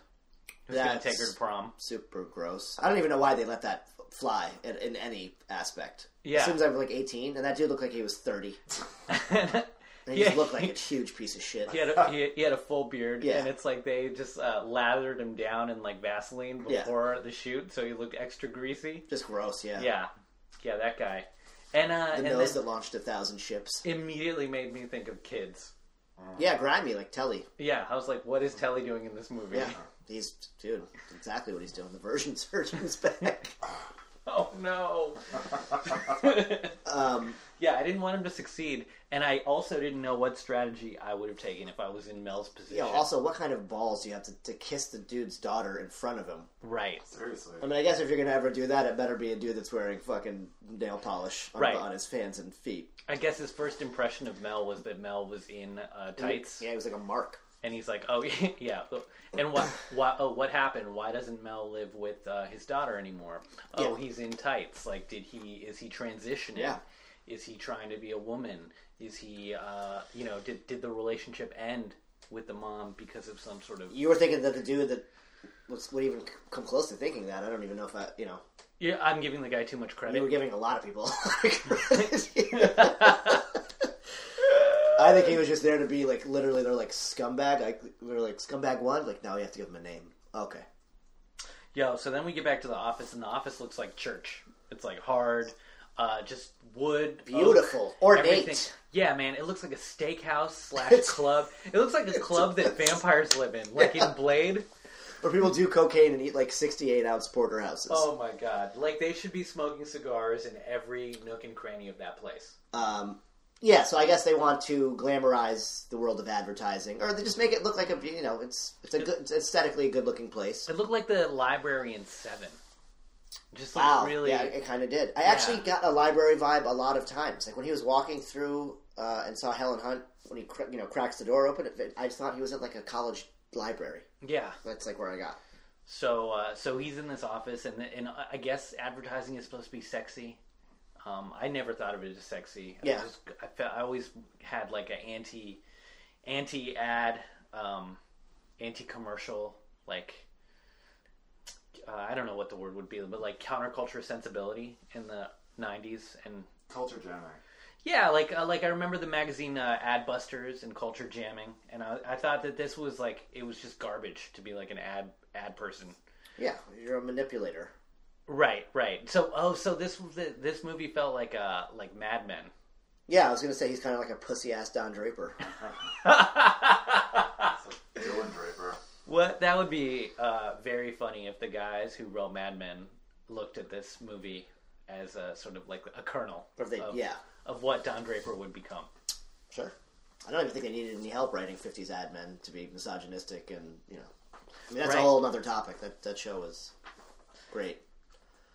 Speaker 2: who's gonna
Speaker 3: That's
Speaker 2: take her to prom.
Speaker 3: super gross. I don't even know why they let that f- fly in, in any aspect.
Speaker 2: Yeah.
Speaker 3: As soon as I was like eighteen, and that dude looked like he was thirty. And he
Speaker 2: Yeah.
Speaker 3: just looked like a huge piece of shit.
Speaker 2: He had a, he, he had a full beard,
Speaker 3: Yeah.
Speaker 2: and it's like they just uh, lathered him down in like Vaseline
Speaker 3: Yeah.
Speaker 2: before the shoot, so he looked extra greasy.
Speaker 3: Just gross. Yeah.
Speaker 2: Yeah, yeah, that guy, and uh,
Speaker 3: The
Speaker 2: and
Speaker 3: nose
Speaker 2: then
Speaker 3: that launched a thousand ships.
Speaker 2: immediately made me think of kids.
Speaker 3: Yeah, grimy like Telly.
Speaker 2: Yeah, I was like, what is Telly doing in this movie?
Speaker 3: Yeah. He's dude, exactly what he's doing. The version surgeon's back.
Speaker 2: Oh no.
Speaker 3: Um,
Speaker 2: Yeah, I didn't want him to succeed, and I also didn't know what strategy I would have taken if I was in Mel's position.
Speaker 3: you know, also, what kind of balls do you have to, to kiss the dude's daughter in front of him?
Speaker 2: right.
Speaker 4: Seriously.
Speaker 3: I mean, I guess if you're gonna ever do that, it better be a dude that's wearing fucking nail polish on,
Speaker 2: Right.
Speaker 3: on his hands and feet.
Speaker 2: I guess his first impression of Mel was that Mel was in uh, tights,
Speaker 3: Yeah, he was like a mark.
Speaker 2: and he's like, "Oh yeah." And what? Why, oh, what happened? Why doesn't Mel live with uh, his daughter anymore? Oh,
Speaker 3: Yeah.
Speaker 2: he's in tights. Like, did he? Is he transitioning?
Speaker 3: Yeah.
Speaker 2: Is he trying to be a woman? Is he? Uh, you know, did did the relationship end with the mom because of some sort of?
Speaker 3: You were thinking that the dude that was, would even come close to thinking that. I don't even know if I, you know,
Speaker 2: Yeah, I'm giving the guy too much credit.
Speaker 3: we were giving a lot of people. I think he was just there to be like literally they're like scumbag. Like we were like scumbag one. Like now we have to give him a name. Okay.
Speaker 2: Yo, so then we get back to the office, and the office looks like church. It's like hard, uh, just wood, oak,
Speaker 3: Beautiful. Ornate.
Speaker 2: Yeah, man, it looks like a steakhouse slash
Speaker 3: It's-
Speaker 2: club. It looks like a club that vampires live in, like in Blade.
Speaker 3: Where people do cocaine and eat like sixty-eight ounce porterhouses.
Speaker 2: Oh my god! Like they should be smoking cigars in every nook and cranny of that place.
Speaker 3: Um, yeah, so I guess they want to glamorize the world of advertising, or they just make it look like a you know it's it's a good it's aesthetically a good looking place.
Speaker 2: It looked like the library in Seven. Just like
Speaker 3: Wow,
Speaker 2: really,
Speaker 3: yeah, it kind of did. I actually got a library vibe a lot of times. Like when he was walking through uh, and saw Helen Hunt when he cr- you know cracks the door open, it, I just thought he was at like a college library.
Speaker 2: yeah.
Speaker 3: That's like where I got.
Speaker 2: So, uh, so he's in this office, and and I guess advertising is supposed to be sexy. Um, I never thought of it as sexy.
Speaker 3: Yeah.
Speaker 2: I, just, I, felt, I always had like an anti, anti ad, um, anti commercial, like uh, I don't know what the word would be, but like counterculture sensibility in the '90s, and
Speaker 4: Culture jamming.
Speaker 2: yeah, like uh, like I remember the magazine uh, Ad Busters and Culture Jamming, and I, I thought that this was like it was just garbage to be like an ad ad person.
Speaker 3: Yeah, you're a manipulator.
Speaker 2: Right, right. So, oh, so this th- this movie felt like uh like Mad Men.
Speaker 3: Yeah, I was gonna say he's kind of like a pussy ass Don Draper.
Speaker 4: Dylan Draper.
Speaker 2: What that would be uh, very funny if the guys who wrote Mad Men looked at this movie as a sort of like a kernel
Speaker 3: Or if they,
Speaker 2: of,
Speaker 3: yeah,
Speaker 2: of what Don Draper would become.
Speaker 3: sure. I don't even think they needed any help writing '50s ad men to be misogynistic, and you know, I mean that's
Speaker 2: Right.
Speaker 3: a whole other topic. That that show was great.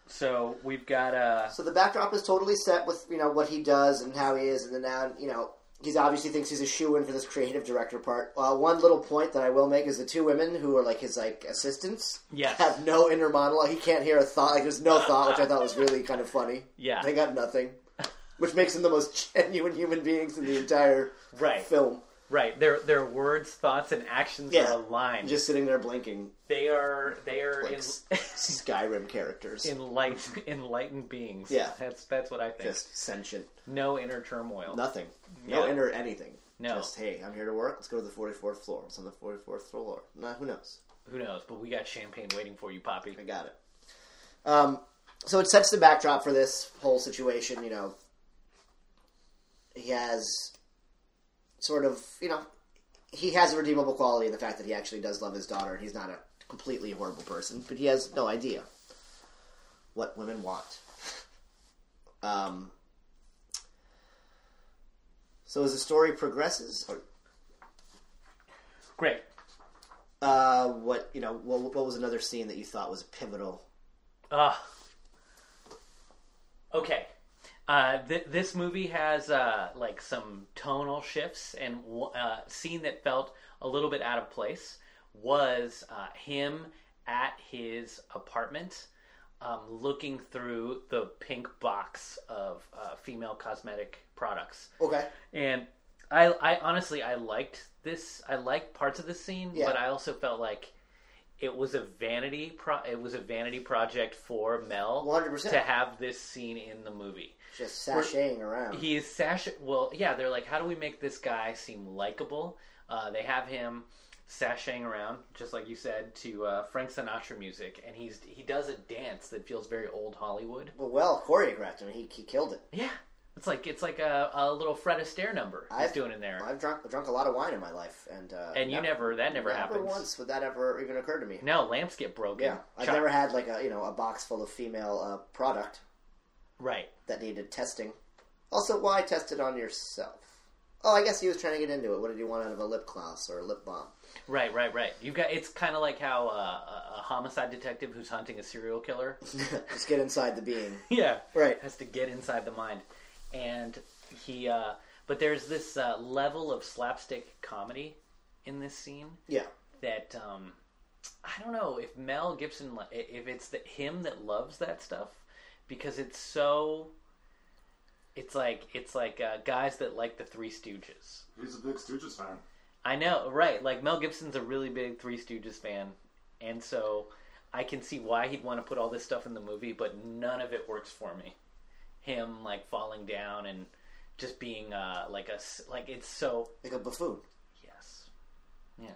Speaker 2: So we've got uh
Speaker 3: So the backdrop is totally set with you know what he does and how he is, and then now you know he's obviously thinks he's a shoe in for this creative director part. Uh, one little point that I will make is the two women who are like his like assistants
Speaker 2: Yes.
Speaker 3: have no inner monologue. He can't hear a thought. Like there's no thought, which I thought was really kind of funny.
Speaker 2: Yeah.
Speaker 3: they got nothing, which makes them the most genuine human beings in the entire
Speaker 2: Right.
Speaker 3: film.
Speaker 2: right their their words, thoughts, and actions
Speaker 3: Yeah.
Speaker 2: are aligned.
Speaker 3: Just sitting there blinking
Speaker 2: they are they are
Speaker 3: like
Speaker 2: in,
Speaker 3: s- Skyrim characters,
Speaker 2: enlight, enlightened beings.
Speaker 3: Yeah.
Speaker 2: that's that's what I think.
Speaker 3: just sentient,
Speaker 2: No inner turmoil.
Speaker 3: nothing, no
Speaker 2: Yeah.
Speaker 3: inner anything.
Speaker 2: No.
Speaker 3: Just hey, I'm here to work. Let's go to the 44th floor. It's on the 44th floor. Nah, who knows?
Speaker 2: Who knows? But we got champagne waiting for you, Poppy.
Speaker 3: I got it. Um, so it sets the backdrop for this whole situation. You know, he has sort of, you know, he has a redeemable quality in the fact that he actually does love his daughter, and he's not a completely horrible person, but he has no idea what women want. Um. So as the story progresses, or
Speaker 2: Great.
Speaker 3: Uh, what you know? What, what was another scene that you thought was pivotal?
Speaker 2: Ah. okay. Uh, th- this movie has uh, like some tonal shifts, and w- uh, scene that felt a little bit out of place was uh, him at his apartment, um, looking through the pink box of uh, female cosmetic products,
Speaker 3: Okay.
Speaker 2: and I, I honestly, I liked this. I liked parts of this scene,
Speaker 3: Yeah.
Speaker 2: but I also felt like it was a vanity. Pro- it was a vanity project for Mel
Speaker 3: 100%.
Speaker 2: to have this scene in the movie.
Speaker 3: Just sashaying around.
Speaker 2: He is sash. Well, yeah, they're like, how do we make this guy seem likable? Uh, they have him sashaying around, just like you said, to uh, Frank Sinatra music, and he's he does a dance that feels very old Hollywood.
Speaker 3: Well, well choreographed. I mean, he, he killed it.
Speaker 2: Yeah, it's like it's like a, a little Fred Astaire number he's
Speaker 3: I've-
Speaker 2: doing in there.
Speaker 3: I've drunk drunk a lot of wine in my life, and uh,
Speaker 2: and you never
Speaker 3: never
Speaker 2: that never,
Speaker 3: never
Speaker 2: happens.
Speaker 3: once would that ever even occur to me.
Speaker 2: No, lamps get broken.
Speaker 3: Yeah, I've
Speaker 2: Chuck-
Speaker 3: never had like a you know a box full of female uh, product
Speaker 2: right.
Speaker 3: that needed testing. Also, why test it on yourself? Oh, I guess he was trying to get into it. What did he want out of a lip gloss or a lip balm?
Speaker 2: Right, right, right. You've got it's kind of like how uh, a a homicide detective who's hunting a serial killer,
Speaker 3: Just get inside the being.
Speaker 2: yeah,
Speaker 3: Right.
Speaker 2: has to get inside the mind, and he. Uh, but there's this uh, level of slapstick comedy in this scene
Speaker 3: Yeah,
Speaker 2: that um, I don't know if Mel Gibson, li- if it's the, him that loves that stuff, because it's so. It's like it's like uh, guys that like the Three Stooges.
Speaker 4: He's a big Stooges fan.
Speaker 2: I know, right? Like Mel Gibson's a really big Three Stooges fan, and so I can see why he'd want to put all this stuff in the movie, but none of it works for me. Him like falling down and just being uh, like a s- like it's so
Speaker 3: like a buffoon.
Speaker 2: yes, yeah.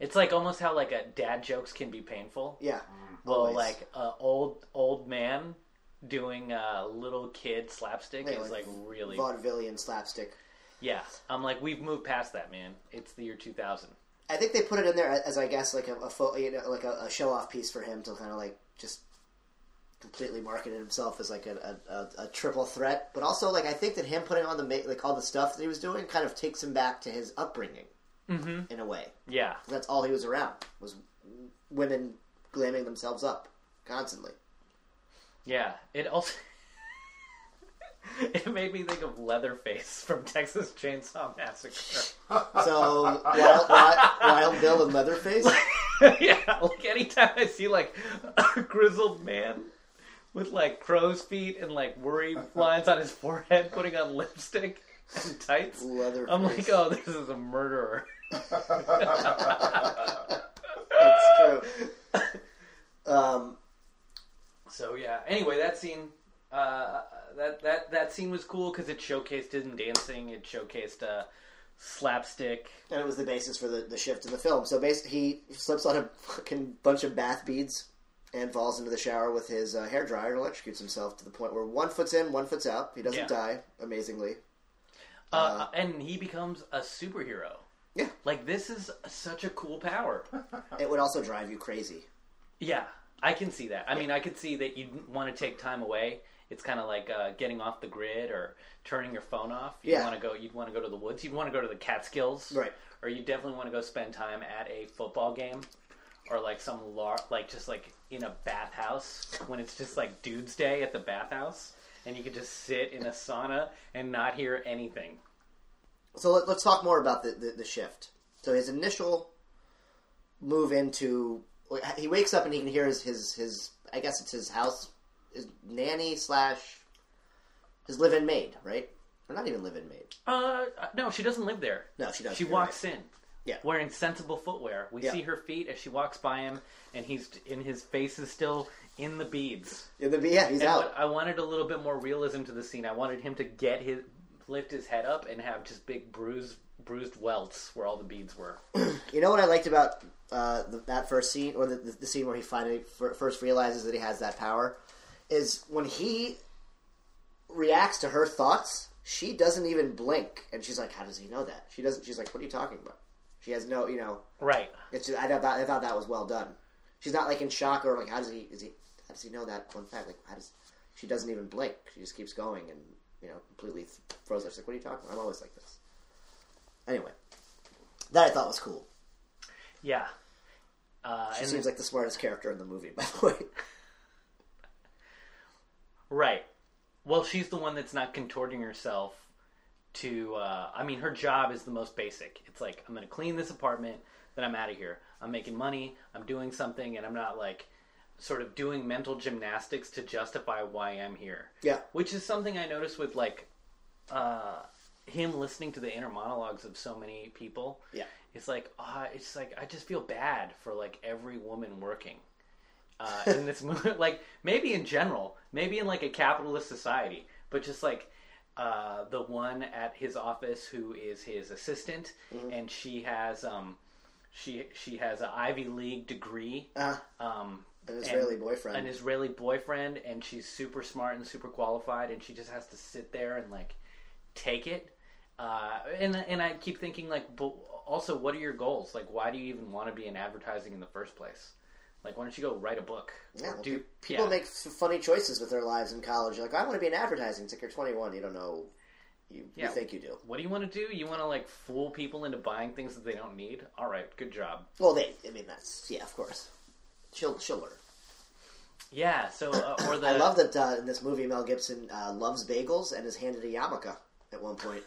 Speaker 2: It's like almost how like a dad jokes can be painful.
Speaker 3: Yeah,
Speaker 2: Mm. Well,
Speaker 3: always.
Speaker 2: like a old old man doing a little kid slapstick
Speaker 3: Yeah,
Speaker 2: is like really
Speaker 3: vaudevillian slapstick.
Speaker 2: yeah. I'm like we've moved past that, man. It's the year 2000.
Speaker 3: I think they put it in there as I guess like a, a fo- you know, like a, a show off piece for him to kind of like just completely market himself as like a, a, a, a triple threat. But also like I think that him putting on the ma- like all the stuff that he was doing kind of takes him back to his upbringing mm-hmm. in a way.
Speaker 2: Yeah.
Speaker 3: That's all he was around was women glamming themselves up constantly.
Speaker 2: Yeah, it also it made me think of Leatherface from Texas Chainsaw Massacre.
Speaker 3: So wild, wild, wild Bill and Leatherface.
Speaker 2: yeah, like anytime I see like a grizzled man with like crow's feet and like worry lines on his forehead, putting on lipstick and tights,
Speaker 3: Leatherface.
Speaker 2: I'm like, oh, this is a murderer.
Speaker 3: That's true. Um,
Speaker 2: So yeah. Anyway, that scene. Uh, that that that scene was cool because it showcased him dancing. It showcased uh, slapstick.
Speaker 3: and it was the basis for the, the shift in the film. So basically, he slips on a fucking bunch of bath beads and falls into the shower with his uh, hair dryer and electrocutes himself to the point where one foot's in, one foot's out. He doesn't
Speaker 2: Yeah.
Speaker 3: die, amazingly.
Speaker 2: uh, and he becomes a superhero.
Speaker 3: Yeah,
Speaker 2: Like this is such a cool power.
Speaker 3: it would also drive you crazy.
Speaker 2: Yeah, I can see that. I mean, I could see that you want to take time away. It's kind of like uh, getting off the grid or turning your phone off. You
Speaker 3: Yeah.
Speaker 2: want to go. You'd want to go to the woods. You'd want to go to the Catskills.
Speaker 3: Right.
Speaker 2: Or you definitely want to go spend time at a football game, or like some lar- like just like in a bathhouse when it's just like dudes' day at the bathhouse, and you could just sit in a sauna and not hear anything.
Speaker 3: So let, let's talk more about the, the, the shift. So his initial move into he wakes up and he can hear his his, his I guess it's his house his nanny slash his live-in maid, right? Or not even live-in maid.
Speaker 2: Uh, no, she doesn't live there.
Speaker 3: No, she doesn't.
Speaker 2: She
Speaker 3: You're
Speaker 2: walks
Speaker 3: right.
Speaker 2: in.
Speaker 3: Yeah.
Speaker 2: Wearing sensible footwear. We
Speaker 3: Yeah.
Speaker 2: see her feet as she walks by him, and he's in his face is still in the beads.
Speaker 3: in. The, yeah, he's out.
Speaker 2: But I wanted a little bit more realism to the scene. I wanted him to get his lift his head up and have just big bruised bruised welts where all the beads were.
Speaker 3: You know what I liked about uh, the, that first scene, or the, the, the scene where he finally f- first realizes that he has that power, is when he reacts to her thoughts. She doesn't even blink, and she's like, "How does he know that?" She doesn't. She's like, "What are you talking about?" She has no, you know.
Speaker 2: Right.
Speaker 3: It's just, I thought I thought that was well done. She's not like in shock or like, "How does he? Is he? How does he know that one fact?" Like, how does she doesn't even blink? She just keeps going and you know completely th- frozen. She's like, "What are you talking about?" I'm always like this. Anyway, that I thought was cool.
Speaker 2: Yeah. Uh,
Speaker 3: She
Speaker 2: and-
Speaker 3: seems like the smartest character in the movie, by the way.
Speaker 2: right. Well, she's the one that's not contorting herself to uh, i mean her job is the most basic it's like i'm gonna clean this apartment then i'm out of here i'm making money i'm doing something and i'm not like sort of doing mental gymnastics to justify why i'm here
Speaker 3: Yeah.
Speaker 2: which is something i noticed with like uh, him listening to the inner monologues of so many people
Speaker 3: Yeah.
Speaker 2: it's like ah, it's like i just feel bad for like every woman working uh, in this movie. Like maybe in general, maybe in like a capitalist society, but just like uh, the one at his office who is his assistant, and she has um, she she has an Ivy League degree,
Speaker 3: Ah,
Speaker 2: um,
Speaker 3: an
Speaker 2: and-
Speaker 3: Israeli boyfriend.
Speaker 2: an Israeli boyfriend, and she's super smart and super qualified, and she just has to sit there and like take it. Uh, and and I keep thinking like, but also, what are your goals? Like, why do you even want to be in advertising in the first place? Like, why don't you go write a book
Speaker 3: yeah,
Speaker 2: or
Speaker 3: well,
Speaker 2: do
Speaker 3: pe- people
Speaker 2: yeah.
Speaker 3: make f- funny choices with their lives in college. You're like, I want to be in advertising. It's like you're 21. You don't know. You,
Speaker 2: Yeah.
Speaker 3: you think you do.
Speaker 2: What do you want to do? You want to like fool people into buying things that they don't need? All right, good job.
Speaker 3: Well, they. I mean, that's yeah, of course. She'll she'll learn.
Speaker 2: Yeah. So uh, or the
Speaker 3: I love that uh, in this movie Mel Gibson uh, loves bagels and is handed a yarmulke at one point.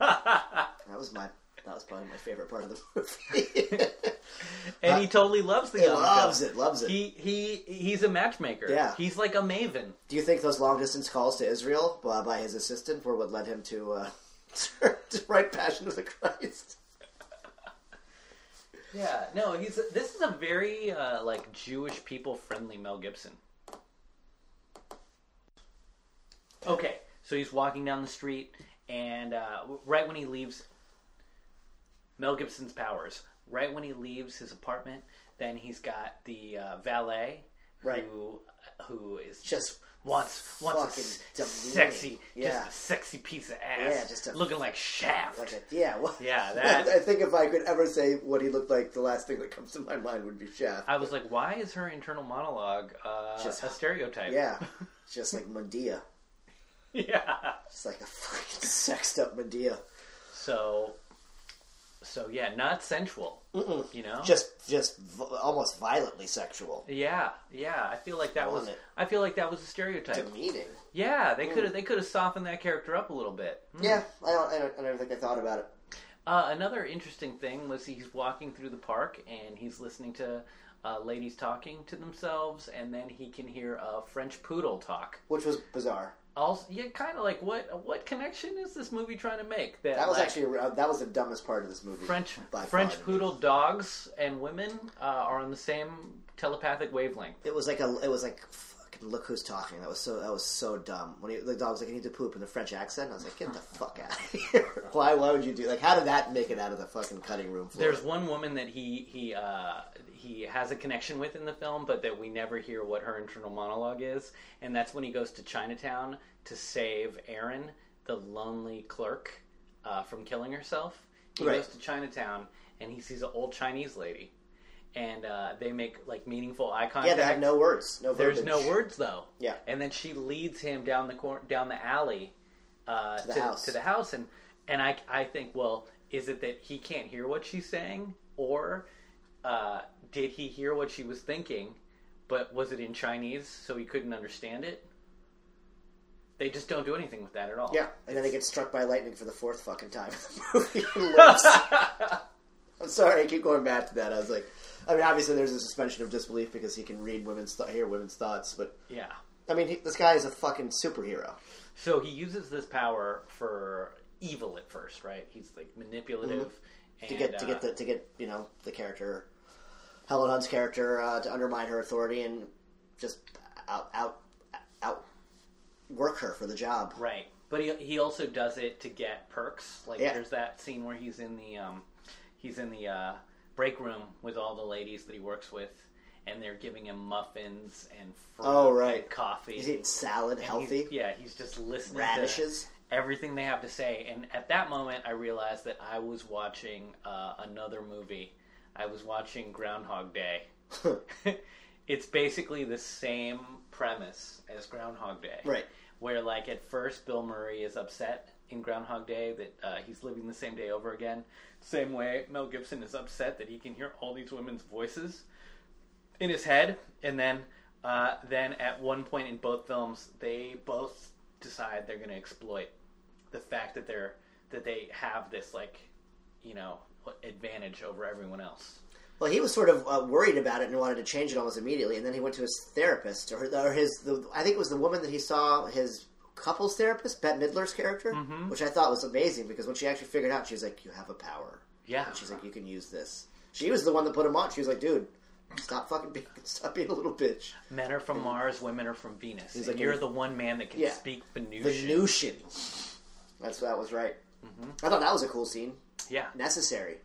Speaker 3: that was my that was probably my favorite part of the movie.
Speaker 2: and he totally loves the
Speaker 3: he
Speaker 2: yarmulke.
Speaker 3: loves it, loves it.
Speaker 2: He he he's a matchmaker.
Speaker 3: Yeah.
Speaker 2: He's like a maven.
Speaker 3: Do you think those long distance calls to Israel by, by his assistant were what led him to uh, to write Passion of the Christ?
Speaker 2: Yeah, no, he's this is a very uh, like Jewish people friendly Mel Gibson. Okay, so he's walking down the street, and uh, w- right when he leaves Mel Gibson's powers, right when he leaves his apartment, then he's got the uh, valet
Speaker 3: Right.
Speaker 2: who uh, who is
Speaker 3: Just
Speaker 2: wants wants a
Speaker 3: fucking
Speaker 2: s-
Speaker 3: demeaning.
Speaker 2: sexy,
Speaker 3: Yeah.
Speaker 2: just a sexy piece of ass,
Speaker 3: Yeah, just a-
Speaker 2: looking like Shaft.
Speaker 3: Like, a, yeah, well,
Speaker 2: Yeah, that-
Speaker 3: I think if I could ever say what he looked like, the last thing that comes to my mind would be Shaft.
Speaker 2: I was like, why is her internal monologue uh,
Speaker 3: Just-
Speaker 2: a stereotype?
Speaker 3: Yeah, just like Medea,
Speaker 2: yeah.
Speaker 3: just like a fucking sexed up Medea.
Speaker 2: So, so yeah, not sensual. You know.
Speaker 3: just just v- almost violently sexual
Speaker 2: yeah, yeah. I feel like that
Speaker 3: Love
Speaker 2: was.
Speaker 3: it. Mm.
Speaker 2: I feel like that was a stereotype.
Speaker 3: demeaning.
Speaker 2: Yeah, they could have. They could have softened that character up a little bit.
Speaker 3: Yeah, I don't, I don't, I don't think I thought about it.
Speaker 2: Uh, another interesting thing was he's walking through the park and he's listening to uh, ladies talking to themselves, and then he can hear a French poodle talk.
Speaker 3: Which was bizarre.
Speaker 2: Also, yeah, kind of like what what connection is this movie trying to make?
Speaker 3: That was
Speaker 2: like,
Speaker 3: actually uh, that was the dumbest part of this movie.
Speaker 2: French
Speaker 3: by far.
Speaker 2: French poodle dogs and women uh, are on the same telepathic wavelength.
Speaker 3: It was like a. It was like fucking look who's talking. That was so. That was so dumb. When he, the dog was like, "I need to poop" in the French accent, I was like, "Get the fuck out of here!" why? Why would you do? Like, how did that make it out of the fucking cutting room floor?
Speaker 2: There's one woman that he he uh, he has a connection with in the film, but that we never hear what her internal monologue is, and that's when he goes to Chinatown to save Erin, the lonely clerk, uh, from killing herself. He
Speaker 3: Right.
Speaker 2: goes to Chinatown and he sees an old Chinese lady, and uh, they make like meaningful eye contact.
Speaker 3: yeah, they have no words. No.
Speaker 2: There's
Speaker 3: verbiage.
Speaker 2: no words though.
Speaker 3: Yeah.
Speaker 2: And then she leads him down the cor- down the alley uh, to,
Speaker 3: the house.
Speaker 2: to the house, and and I I think well, is it that he can't hear what she's saying, or uh, did he hear what she was thinking, but was it in Chinese so he couldn't understand it? They just don't do anything with that at all.
Speaker 3: Yeah, and then they get struck by lightning for the fourth fucking time. in the movie and lives. I'm sorry, I keep going back to that. I was like, I mean, obviously there's a suspension of disbelief because he can read women's th- hear women's thoughts, but
Speaker 2: Yeah.
Speaker 3: I mean, he, this guy is a fucking superhero.
Speaker 2: So he uses this power for evil at first, right? He's like manipulative. And,
Speaker 3: Mm-hmm. to get to
Speaker 2: uh,
Speaker 3: get the to get you know the character Helen Hunt's character uh, to undermine her authority and just out out out work her for the job.
Speaker 2: Right. But he, he also does it to get perks. Like
Speaker 3: Yeah.
Speaker 2: there's that scene where he's in the um, he's in the uh, break room with all the ladies that he works with, and they're giving him muffins and fruit
Speaker 3: Oh, right.
Speaker 2: and coffee.
Speaker 3: He's eating salad,
Speaker 2: He's-
Speaker 3: healthy
Speaker 2: yeah, uh, he's just listening
Speaker 3: radishes.
Speaker 2: to everything they have to say. And at that moment, I realized that I was watching uh, another movie. I was watching Groundhog Day. it's basically the same premise as Groundhog Day
Speaker 3: Right.
Speaker 2: where like at first Bill Murray is upset in Groundhog Day that uh, he's living the same day over again. Same way Mel Gibson is upset that he can hear all these women's voices in his head, and then uh, then at one point in both films, they both decide they're going to exploit the fact that they're that they have this like, you know, advantage over everyone else.
Speaker 3: Well, he was sort of uh, worried about it and wanted to change it almost immediately, and then he went to his therapist or, or his. The, I think it was the woman that he saw his couples therapist, Bette Midler's character,
Speaker 2: Mm-hmm.
Speaker 3: which I thought was amazing because when she actually figured out, she was like, "You have a power."
Speaker 2: Yeah.
Speaker 3: And she's like, "You can use this." She was the one that put him on. She was like, "Dude, stop fucking, being, stop being a little bitch."
Speaker 2: Men are from Mars, women are from Venus. And
Speaker 3: like,
Speaker 2: you're the one man that can
Speaker 3: Yeah.
Speaker 2: speak Venusian.
Speaker 3: Venusian. That's that was right. I thought that was a cool scene.
Speaker 2: yeah,
Speaker 3: Necessary.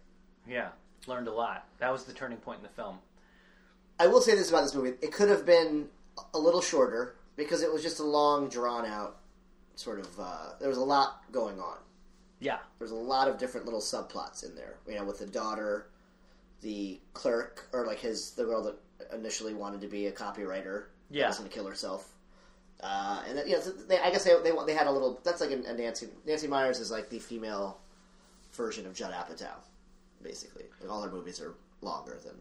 Speaker 2: yeah. Learned a lot. That was the turning point in the film.
Speaker 3: I will say this about this movie: it could have been a little shorter because it was just a long, drawn-out sort of. Uh, there was a lot going on.
Speaker 2: Yeah,
Speaker 3: There's a lot of different little subplots in there. You know, with the daughter, the clerk, or like his the girl that initially wanted to be a copywriter. that
Speaker 2: Yeah.
Speaker 3: was going to kill herself. Uh, and then, you know, so they, I guess they, they they had a little. That's like a, a Nancy Nancy Myers is like the female version of Judd Apatow, basically. Like all her movies are longer than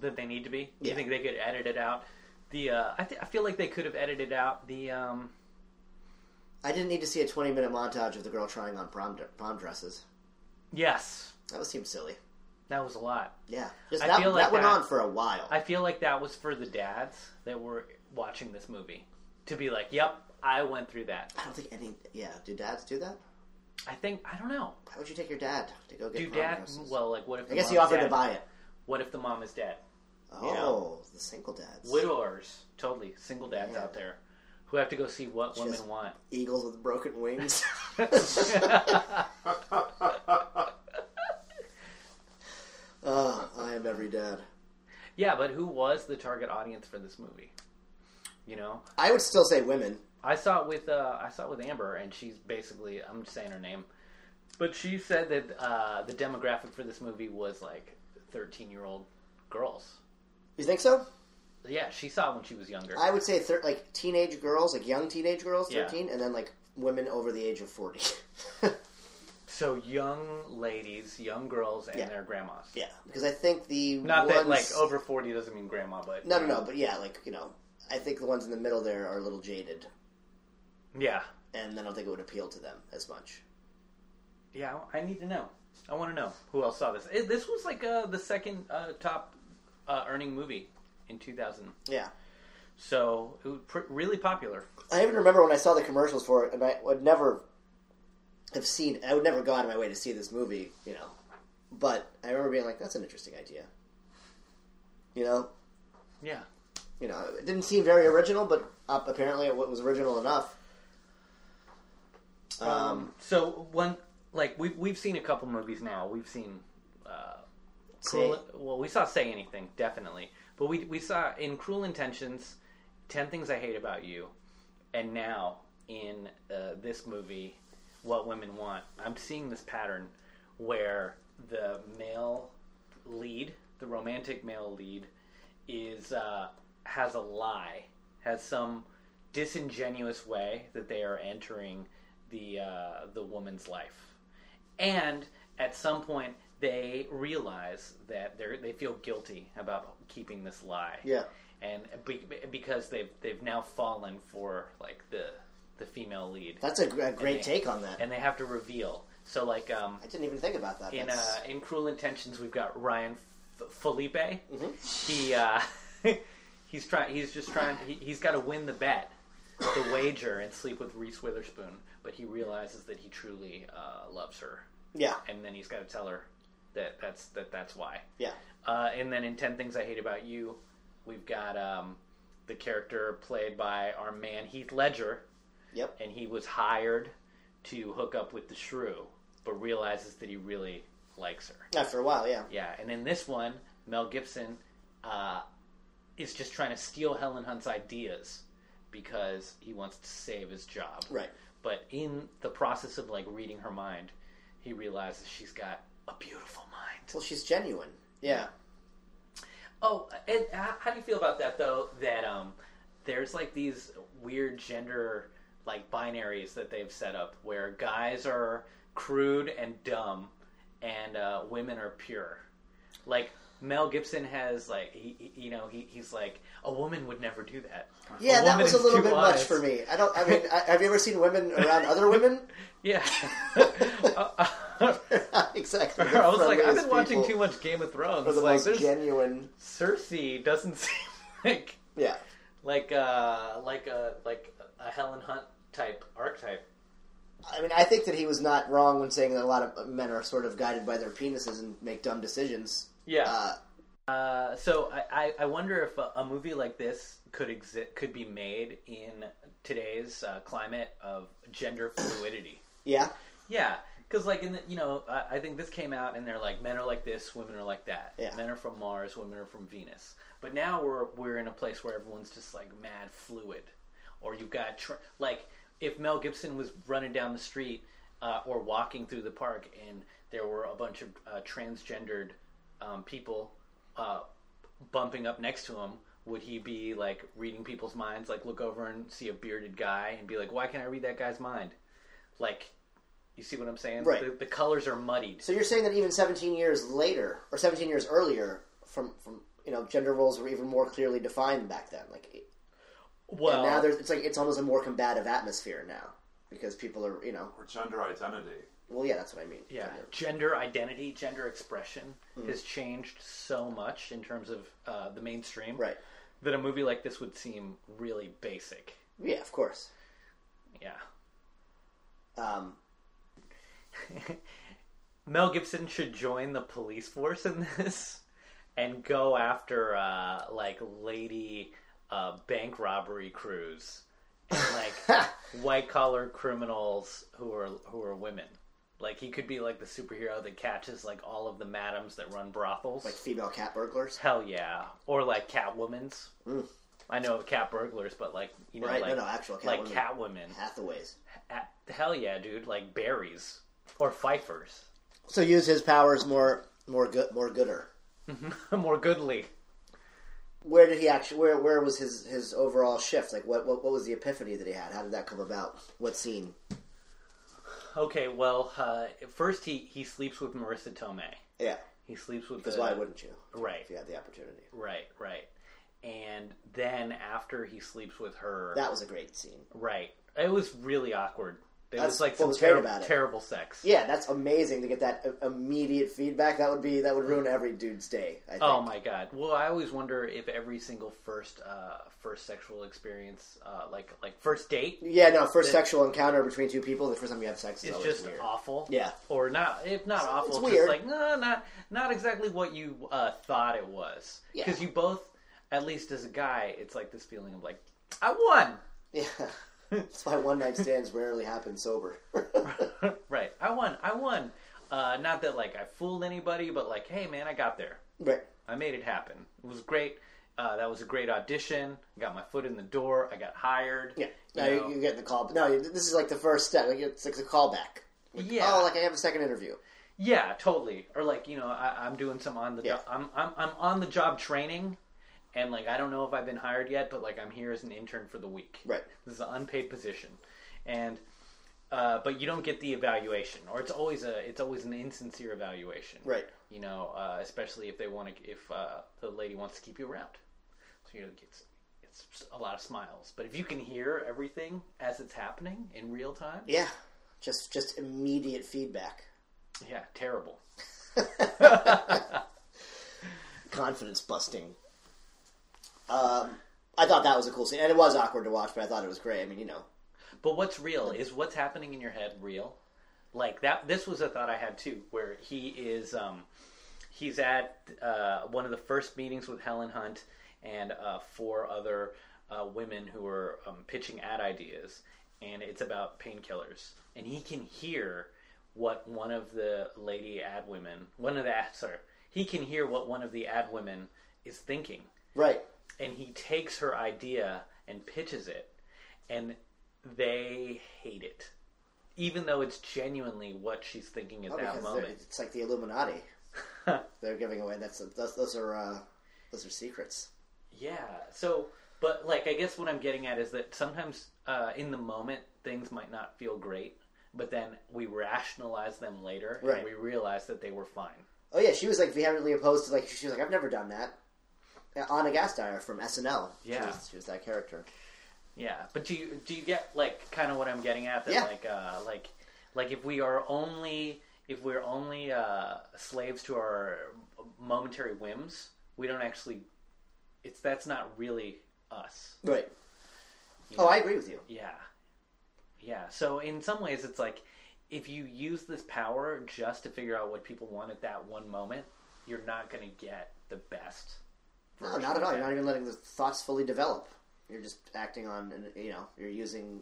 Speaker 2: that they need to be.
Speaker 3: Yeah.
Speaker 2: You think they could edit it out? The uh, I, th- I feel like they could have edited out the um,
Speaker 3: I didn't need to see a 20 minute montage of the girl trying on prom, prom dresses.
Speaker 2: yes.
Speaker 3: That would seem silly.
Speaker 2: That was a lot.
Speaker 3: Yeah. Just
Speaker 2: I
Speaker 3: that,
Speaker 2: feel like
Speaker 3: that went
Speaker 2: that-
Speaker 3: on for a while.
Speaker 2: I feel like that was for the dads that were watching this movie to be like, "Yep, I went through that."
Speaker 3: I don't think any. Yeah, do dads do that?
Speaker 2: I think I don't know.
Speaker 3: Why would you take your dad to go get
Speaker 2: Do
Speaker 3: prom
Speaker 2: dads?
Speaker 3: dresses?
Speaker 2: Well, like, what if
Speaker 3: I guess
Speaker 2: the
Speaker 3: he
Speaker 2: mom's
Speaker 3: offered
Speaker 2: dead?
Speaker 3: to buy it.
Speaker 2: What if the mom is dead?
Speaker 3: Oh,
Speaker 2: know.
Speaker 3: the single dads.
Speaker 2: Widowers, totally single dads
Speaker 3: Yeah.
Speaker 2: out there who have to go see what women
Speaker 3: Just-
Speaker 2: want.
Speaker 3: Eagles with broken wings. oh, I am every dad.
Speaker 2: Yeah, but who was the target audience for this movie? You know,
Speaker 3: I would still say women.
Speaker 2: I saw it with uh, I saw it with Amber, and she's basically I'm just saying her name, but she said that uh, the demographic for this movie was like 13 year old girls.
Speaker 3: You think so?
Speaker 2: Yeah, she saw it when she was younger.
Speaker 3: I would say thir- like teenage girls, like young teenage girls,
Speaker 2: Yeah.
Speaker 3: 13, and then like women over the age of 40.
Speaker 2: So young ladies, young girls, and
Speaker 3: Yeah.
Speaker 2: their grandmas.
Speaker 3: yeah, because I think the
Speaker 2: Not that like
Speaker 3: ones-
Speaker 2: over 40 doesn't mean grandma, but
Speaker 3: No, no, no, but yeah, like, you know, I think the ones in the middle there are a little jaded,
Speaker 2: Yeah,
Speaker 3: and I don't think it would appeal to them as much.
Speaker 2: yeah. I I need to know. I want to know who else saw this. It, this was like uh, the second uh, top uh, earning movie in 2000.
Speaker 3: Yeah.
Speaker 2: So it was pr- really popular.
Speaker 3: I even remember when I saw the commercials for it, and I would never have seen. I would never go out of my way to see this movie, you know. But I remember being like, "That's an interesting idea," you know.
Speaker 2: Yeah.
Speaker 3: You know, it didn't seem very original, but uh, apparently it was original enough. Um,
Speaker 2: So one like we've we've seen a couple movies now. We've seen uh, Cruel,
Speaker 3: Say-
Speaker 2: well, we saw Say Anything definitely, but we we saw in Cruel Intentions, Ten Things I Hate About You, and now in uh, this movie, What Women Want. I'm seeing this pattern where the male lead, the romantic male lead, is uh, has a lie, has some disingenuous way that they are entering the uh, the woman's life, and at some point they realize that they they feel guilty about keeping this lie.
Speaker 3: Yeah.
Speaker 2: and be, because they've they've now fallen for like the the female lead,
Speaker 3: that's a, gr- a great
Speaker 2: Yeah.
Speaker 3: take on that.
Speaker 2: and they have to reveal. So like um,
Speaker 3: I didn't even think about that.
Speaker 2: in uh,
Speaker 3: That's-
Speaker 2: in Cruel Intentions, we've got Ryan F- Felipe. He uh, he's trying. He's just trying. He, he's got to win the bet, the wager, and sleep with Reese Witherspoon. But he realizes that he truly uh, loves her,
Speaker 3: yeah,
Speaker 2: and then he's got to tell her that that's that that's why.
Speaker 3: yeah.
Speaker 2: Uh, and then in Ten Things I Hate About You, we've got um, the character played by our man Heath Ledger,
Speaker 3: Yep.
Speaker 2: and he was hired to hook up with the shrew, but realizes that he really likes her.
Speaker 3: After a while, yeah.
Speaker 2: Yeah, and in this one, Mel Gibson uh, is just trying to steal Helen Hunt's ideas because he wants to save his job.
Speaker 3: Right.
Speaker 2: But in the process of like reading her mind, he realizes she's got a beautiful mind.
Speaker 3: Well, she's genuine. Yeah.
Speaker 2: Oh, and how, how do you feel about that though? That um, there's like these weird gender like binaries that they've set up where guys are crude and dumb, and uh, women are pure. Like Mel Gibson has like he, he- you know he, he's like a woman would never do that.
Speaker 3: Yeah, that
Speaker 2: woman
Speaker 3: was a
Speaker 2: is
Speaker 3: little
Speaker 2: too
Speaker 3: bit much
Speaker 2: wise.
Speaker 3: for me. I don't. I mean, I, have you ever seen women around other women?
Speaker 2: Yeah.
Speaker 3: exactly.
Speaker 2: I was like, I've been watching
Speaker 3: too
Speaker 2: too much Game of Thrones.
Speaker 3: Or the
Speaker 2: like,
Speaker 3: most
Speaker 2: there's,
Speaker 3: genuine.
Speaker 2: Cersei doesn't seem like
Speaker 3: Yeah.
Speaker 2: like uh like a like a Helen Hunt type archetype.
Speaker 3: I mean, I think that he was not wrong when saying that a lot of men are sort of guided by their penises and make dumb decisions.
Speaker 2: Yeah.
Speaker 3: Uh,
Speaker 2: Uh, so I, I, I wonder if a, a movie like this could exist could be made in today's uh, climate of gender fluidity.
Speaker 3: yeah.
Speaker 2: Yeah, because like in the, you know I, I think this came out and they're like men are like this, women are like that.
Speaker 3: Yeah.
Speaker 2: Men are from Mars, women are from Venus. But now we're we're in a place where everyone's just like mad fluid, or you've got tr- like if Mel Gibson was running down the street uh, or walking through the park and there were a bunch of uh, transgendered um, people uh, bumping up next to him. Would he be like reading people's minds? Like, look over and see a bearded guy and be like, "Why can't I read that guy's mind?" Like, you see what I'm saying?
Speaker 3: Right.
Speaker 2: The, the colors are muddied.
Speaker 3: So you're saying that even 17 years later, or 17 years earlier, from from you know, gender roles were even more clearly defined back then. Like
Speaker 2: Well,
Speaker 3: now, there's it's like it's almost a more combative atmosphere now because people are you know.
Speaker 4: Or gender identity.
Speaker 3: Well, yeah, that's what I mean.
Speaker 2: yeah,
Speaker 3: Gender. Mm-hmm.
Speaker 2: gender identity, gender expression has changed so much in terms of uh, the mainstream
Speaker 3: Right.
Speaker 2: that a movie like this would seem really basic.
Speaker 3: Yeah, of course.
Speaker 2: Yeah.
Speaker 3: Um,
Speaker 2: Mel Gibson should join the police force in this and go after uh, like lady uh, bank robbery crews and like white collar criminals who are who are women. Like he could be like the superhero that catches like all of the madams that run brothels.
Speaker 3: like female cat burglars.
Speaker 2: Hell yeah, or like Catwoman's. I know of cat burglars, but like you know,
Speaker 3: Mm. Right, no,
Speaker 2: like
Speaker 3: no, actual
Speaker 2: like
Speaker 3: Catwoman.
Speaker 2: Catwoman.
Speaker 3: Hathaways.
Speaker 2: At, hell yeah, dude! Like berries or Pfeiffer's.
Speaker 3: So use his powers more, more good, more gooder.
Speaker 2: More goodly.
Speaker 3: Where did he actually? Where where was his his overall shift? Like what what, what was the epiphany that he had? How did that come about? What scene?
Speaker 2: Okay, well, uh, first he, he sleeps with Marissa Tomei.
Speaker 3: Yeah,
Speaker 2: He sleeps with
Speaker 3: because
Speaker 2: the
Speaker 3: why wouldn't you?
Speaker 2: right,
Speaker 3: If you had the opportunity,
Speaker 2: right, right. And then after he sleeps with her,
Speaker 3: that was a great scene.
Speaker 2: right? It was really awkward. It
Speaker 3: That's
Speaker 2: was like
Speaker 3: what
Speaker 2: some
Speaker 3: was great
Speaker 2: terri-
Speaker 3: about it.
Speaker 2: terrible sex.
Speaker 3: Yeah, that's amazing to get that i- immediate feedback. That would be that would ruin every dude's day. I think.
Speaker 2: Oh my god. Well, I always wonder if every single first uh, first sexual experience, uh, like like first date,
Speaker 3: Yeah, no. First sexual encounter between two people, the first time you have sex is
Speaker 2: it's
Speaker 3: always
Speaker 2: just
Speaker 3: weird.
Speaker 2: awful.
Speaker 3: Yeah.
Speaker 2: Or not? If not awful, it's, just
Speaker 3: weird.
Speaker 2: like no, not not exactly what you uh, thought it was.
Speaker 3: Yeah.
Speaker 2: Because you both, at least as a guy, it's like this feeling of like I won.
Speaker 3: Yeah, that's why one night stands rarely happen sober.
Speaker 2: right. I won. I won. Uh, not that like I fooled anybody, but like hey man, I got there.
Speaker 3: right.
Speaker 2: I made it happen. It was great. Uh, that was a great audition. I got my foot in the door. I got hired.
Speaker 3: Yeah.
Speaker 2: You
Speaker 3: Now you,
Speaker 2: know?
Speaker 3: you get the call. No, you- this is like the first step. Like it's like a callback. Like,
Speaker 2: Yeah.
Speaker 3: Oh, like I have a second interview.
Speaker 2: Yeah, totally. Or like you know, I, I'm doing some on the
Speaker 3: Yeah.
Speaker 2: I'm, I'm I'm on the job training, and like I don't know if I've been hired yet, but like I'm here as an intern for the week.
Speaker 3: Right.
Speaker 2: This is an unpaid position, and uh, but you don't get the evaluation, or it's always a it's always an insincere evaluation.
Speaker 3: Right.
Speaker 2: You know, uh, especially if they want to if uh, the lady wants to keep you around, so you know it's it's a lot of smiles. But if you can hear everything as it's happening in real time,
Speaker 3: Yeah. Just just immediate feedback.
Speaker 2: yeah terrible.
Speaker 3: Confidence busting. Um, I thought that was a cool scene, and it was awkward to watch, but I thought it was great. I mean, you know,
Speaker 2: But what's real is what's happening in your head real. Like that. This was a thought I had too, where he is. Um, he's at uh, one of the first meetings with Helen Hunt and uh, four other uh, women who are um, pitching ad ideas, and it's about painkillers. And he can hear what one of the lady ad women, one of the sorry, he can hear what one of the ad women is thinking,
Speaker 3: right?
Speaker 2: and he takes her idea and pitches it and they hate it even though it's genuinely what she's thinking at that
Speaker 3: Oh, Because they're-
Speaker 2: moment
Speaker 3: it's like the Illuminati. they're giving away. That's those, those are uh, those are secrets.
Speaker 2: yeah so but like i guess what i'm getting at is that sometimes uh, in the moment things might not feel great but then we rationalize them later
Speaker 3: Right.
Speaker 2: and we realize that they were fine
Speaker 3: Oh yeah, she was like vehemently opposed to like she was like I've never done that. Yeah, Anna Gasteyer from SNL. she
Speaker 2: Yeah.
Speaker 3: was, she was that character.
Speaker 2: Yeah, but do you do you get like kind of what I'm getting at? That
Speaker 3: Yeah.
Speaker 2: like uh, like like if we are only if we're only uh, slaves to our momentary whims, we don't actually. It's that's not really us.
Speaker 3: Right. Oh, I agree with you.
Speaker 2: Yeah, yeah. So in some ways, it's like if you use this power just to figure out what people want at that one moment, you're not going to get the best.
Speaker 3: No,
Speaker 2: version
Speaker 3: not at
Speaker 2: of
Speaker 3: all.
Speaker 2: that.
Speaker 3: You're not even letting the thoughts fully develop. You're just acting on, and you know, you're using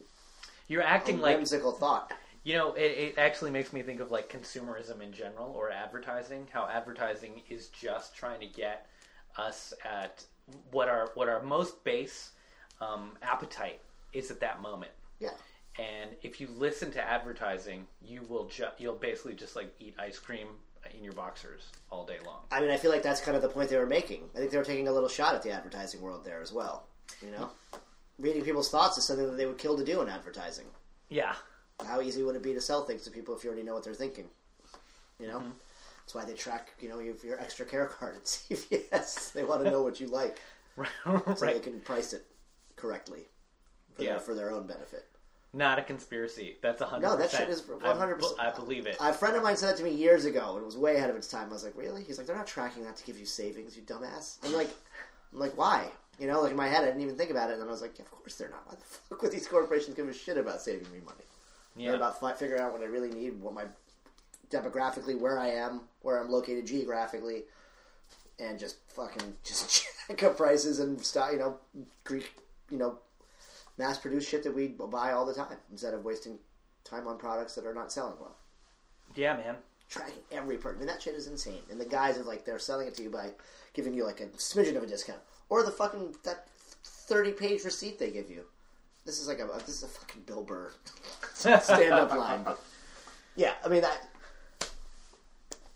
Speaker 2: You're
Speaker 3: a
Speaker 2: acting like
Speaker 3: whimsical thought.
Speaker 2: You know, it, it actually makes me think of like consumerism in general or advertising. How advertising is just trying to get us at what our what our most base um, appetite is at that moment.
Speaker 3: Yeah.
Speaker 2: And if you listen to advertising, you will ju- you'll basically just like eat ice cream in your boxers all day long.
Speaker 3: I mean, I feel like that's kind of the point they were making. I think they were taking a little shot at the advertising world there as well. You know, reading people's thoughts is something that they would kill to do in advertising.
Speaker 2: Yeah,
Speaker 3: How easy would it be to sell things to people if you already know what they're thinking? You know,
Speaker 2: Mm-hmm.
Speaker 3: that's why they track you know your, your extra care card at CVS. they want to know what you like so they
Speaker 2: right.
Speaker 3: can price it correctly for,
Speaker 2: Yeah.
Speaker 3: their, for their own benefit.
Speaker 2: Not a conspiracy. That's a hundred.
Speaker 3: No, that shit is
Speaker 2: I-
Speaker 3: 100%.
Speaker 2: I believe it.
Speaker 3: A friend of mine said that to me years ago, and it was way ahead of its time. I was like, "Really?" He's like, "They're not tracking that to give you savings, you dumbass." I'm like, "I'm like, why?" You know, like in my head, I didn't even think about it, and then I was like, "Of course they're not. Why the fuck would these corporations give a shit about saving me money? They're
Speaker 2: yeah.
Speaker 3: about fi- figuring out what I really need, what my demographically, where I am, where I'm located geographically, and just fucking just check up prices and stop, you know, Greek, you know, mass produce shit that we buy all the time instead of wasting time on products that are not selling well
Speaker 2: yeah, man.
Speaker 3: tracking every person. I mean, that shit is insane. And the guys are like, they're selling it to you by giving you like a smidgen of a discount, or the fucking that thirty-page receipt they give you. This is like a this is a fucking Bill Burr stand-up line. Yeah, I mean that.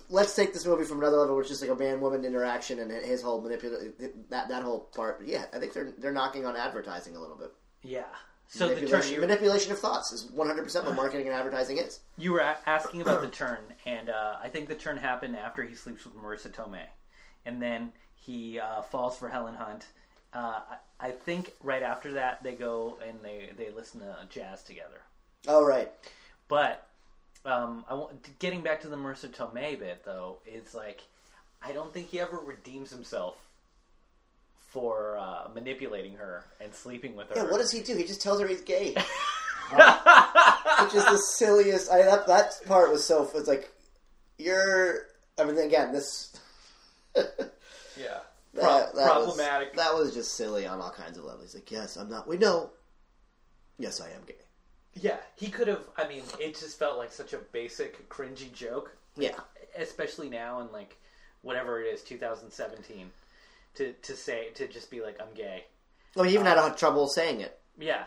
Speaker 3: Let's take this movie from another level, which is like a man-woman interaction and his whole manipulation that that whole part. But yeah, I think they're they're knocking on advertising a little bit.
Speaker 2: Yeah. So the turn
Speaker 3: Manipulation,
Speaker 2: you
Speaker 3: manipulation of thoughts is one hundred percent what marketing and advertising is.
Speaker 2: You were a- asking about the turn, and uh, I think the turn happened after he sleeps with Marissa Tomei, and then he uh, falls for Helen Hunt. Uh, I, I think right after that they go and they they listen to jazz together.
Speaker 3: Oh right,
Speaker 2: But um, I want, getting back to the Marissa Tomei bit though, it's like I don't think he ever redeems himself for uh, manipulating her and sleeping with her.
Speaker 3: Yeah, what does he do? He just tells her he's gay. Which is the silliest. I that, that part was so. It's like you're. I mean, again, this
Speaker 2: yeah.
Speaker 3: that- that
Speaker 2: problematic.
Speaker 3: Was, that was just silly on all kinds of levels. He's like, yes, I'm not. We know. Yes, I am gay.
Speaker 2: Yeah, he could have. I mean, it just felt like such a basic, cringy joke,
Speaker 3: Yeah,
Speaker 2: especially now in like whatever it is, 2017, to to say to just be like, "I'm gay."
Speaker 3: well, he even had a trouble saying it.
Speaker 2: Yeah,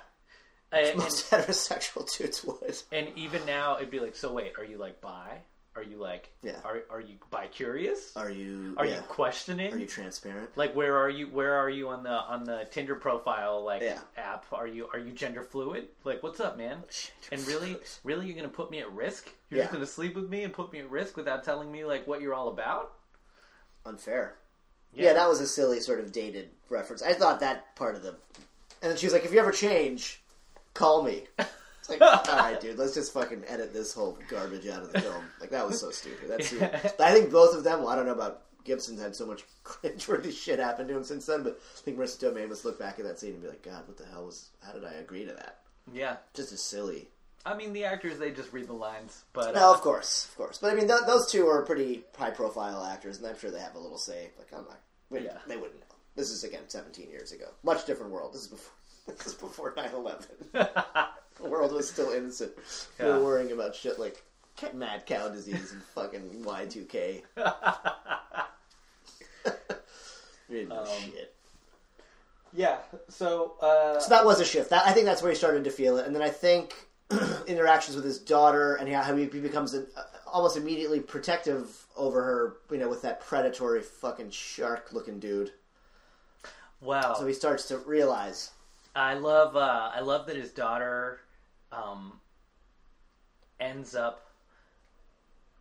Speaker 2: and, and,
Speaker 3: Most heterosexual dudes would.
Speaker 2: and even now it'd be like, "So wait, are you like bi? Are you like,
Speaker 3: Yeah.
Speaker 2: are are you bi curious? Are,
Speaker 3: Are
Speaker 2: you
Speaker 3: you? yeah.
Speaker 2: questioning?
Speaker 3: Are you transparent?
Speaker 2: like, where are you? Where are you on the on the Tinder profile like
Speaker 3: Yeah.
Speaker 2: app? Are you are you gender fluid? Like, what's up, man? And really, really, you're gonna put me at risk? You're just
Speaker 3: Yeah.
Speaker 2: gonna sleep with me and put me at risk without telling me like what you're all about?
Speaker 3: unfair. Yeah. that was a silly sort of dated reference. I thought that part of the, and then she was like, "If you ever change, call me." It's like, all right, dude, let's just fucking edit this whole garbage out of the film. Like that was so stupid. That's I think both of them. Well, I don't know about Gibson's had so much cringeworthy shit happen to him since then, but I think Marissa Tomei must look back at that scene and be like, "God, what the hell was? How did I agree to that?"
Speaker 2: yeah.
Speaker 3: Just as silly.
Speaker 2: I mean, the actors they just read the lines, but
Speaker 3: No,
Speaker 2: uh,
Speaker 3: of course, of course. But I mean, th- those two are pretty high-profile actors, and I'm sure they have a little say. Like, I'm not. we-
Speaker 2: Yeah.
Speaker 3: They wouldn't know. This is again 17 years ago. Much different world. This is before. This is before 9/11. the world was still innocent. We
Speaker 2: Yeah.
Speaker 3: were worrying about shit like ca- mad cow disease and fucking Y2K. We didn't
Speaker 2: Um,
Speaker 3: do shit.
Speaker 2: yeah. So uh,
Speaker 3: So that was a shift. That, I think that's where he started to feel it, and then I think interactions with his daughter and how he becomes an, uh, almost immediately protective over her, you know, with that predatory fucking shark-looking dude.
Speaker 2: wow,
Speaker 3: So he starts to realize,
Speaker 2: I love uh, I love that his daughter um, ends up.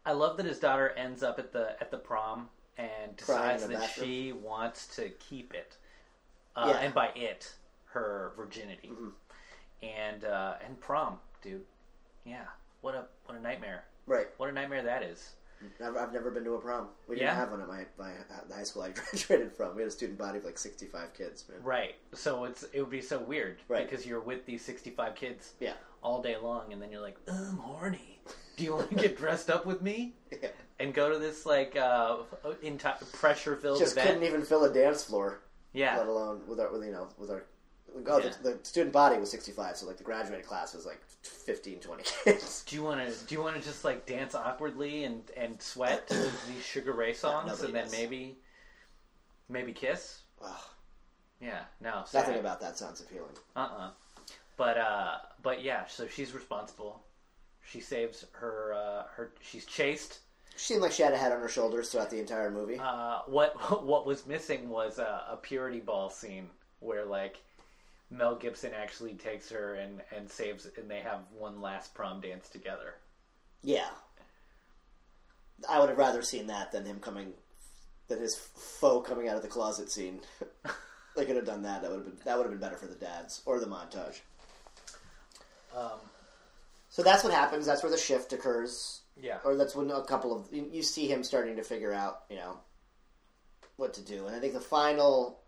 Speaker 2: I love that his daughter ends up at the at the prom and
Speaker 3: Crying in
Speaker 2: decides
Speaker 3: the
Speaker 2: that
Speaker 3: bathroom.
Speaker 2: she wants to keep it, uh,
Speaker 3: Yeah. Mm-hmm.
Speaker 2: and by it, her virginity, and uh, and prom, dude. Yeah, what a what a nightmare.
Speaker 3: Right.
Speaker 2: What a nightmare that is.
Speaker 3: Never, I've never been to a prom. We didn't
Speaker 2: Yeah.
Speaker 3: have one at my, my uh, the high school I graduated from. We had a student body of like sixty five kids, man.
Speaker 2: Right. So it's it would be so weird
Speaker 3: Right.
Speaker 2: because you're with these 65 kids
Speaker 3: Yeah.
Speaker 2: all day long, and then you're like, "Ugh, I'm horny. Do you want to get dressed up with me
Speaker 3: Yeah.
Speaker 2: and go to this like uh, enti pressure filled
Speaker 3: Just
Speaker 2: event?
Speaker 3: couldn't even fill a dance floor,
Speaker 2: yeah.
Speaker 3: let alone with our with you know with our. Oh,
Speaker 2: Yeah.
Speaker 3: the, the student body was 65, so like the graduating class was like 15, 20 kids.
Speaker 2: Do you want to do you want to just like dance awkwardly and and sweat to these Sugar Ray songs,
Speaker 3: nobody
Speaker 2: and then
Speaker 3: does.
Speaker 2: maybe maybe kiss?
Speaker 3: Ugh,
Speaker 2: Yeah. No.
Speaker 3: nothing about that sounds appealing.
Speaker 2: Uh uh But uh, but yeah. So she's responsible. She saves her uh, her. She's chased.
Speaker 3: She seemed like she had a head on her shoulders throughout the entire movie.
Speaker 2: uh, what what was missing was a, a purity ball scene where like Mel Gibson actually takes her and and saves and they have one last prom dance together.
Speaker 3: yeah, I would have rather seen that than him coming, than his foe coming out of the closet scene. they could have done that. That would have been that would have been better for the dads or the montage.
Speaker 2: Um,
Speaker 3: So that's what happens. That's where the shift occurs,
Speaker 2: yeah,
Speaker 3: or that's when a couple of you you see him starting to figure out, you know, what to do. And I think the final,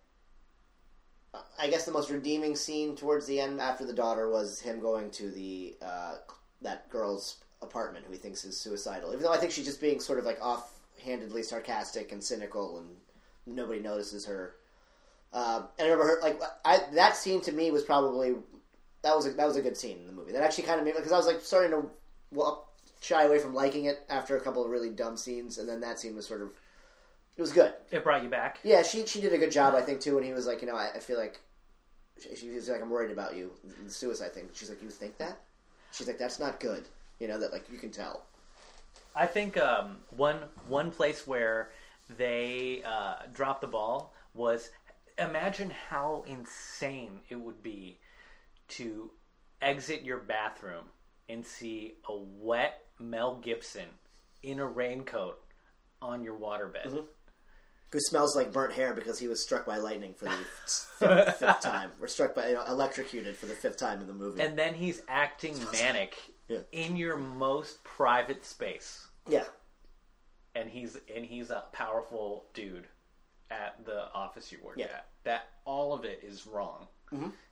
Speaker 3: I guess, the most redeeming scene towards the end after the daughter was him going to the uh, that girl's apartment, who he thinks is suicidal. Even though I think she's just being sort of like offhandedly sarcastic and cynical, and nobody notices her. Uh, and I remember her like I, that scene to me was probably that was a, that was a good scene in the movie. That actually kind of made because I was like starting to walk, shy away from liking it after a couple of really dumb scenes, and then that scene was sort of it was good.
Speaker 2: it brought you back.
Speaker 3: Yeah, she she did a good job, I think, too. When he was like, you know, I, I feel like she, she was like, I'm worried about you, the suicide thing. She's like, you think that? She's like, that's not good. You know that like you can tell.
Speaker 2: I think um, one one place where they uh, dropped the ball was imagine how insane it would be to exit your bathroom and see a wet Mel Gibson in a raincoat on your waterbed.
Speaker 3: Who smells like burnt hair because he was struck by lightning for the fifth, fifth time, or struck by you know, electrocuted for the fifth time in the movie.
Speaker 2: And then he's acting manic
Speaker 3: Yeah.
Speaker 2: in your most private space.
Speaker 3: yeah,
Speaker 2: and he's and he's a powerful dude at the office you work
Speaker 3: Yeah. Mm-hmm.
Speaker 2: at. That all of it is wrong.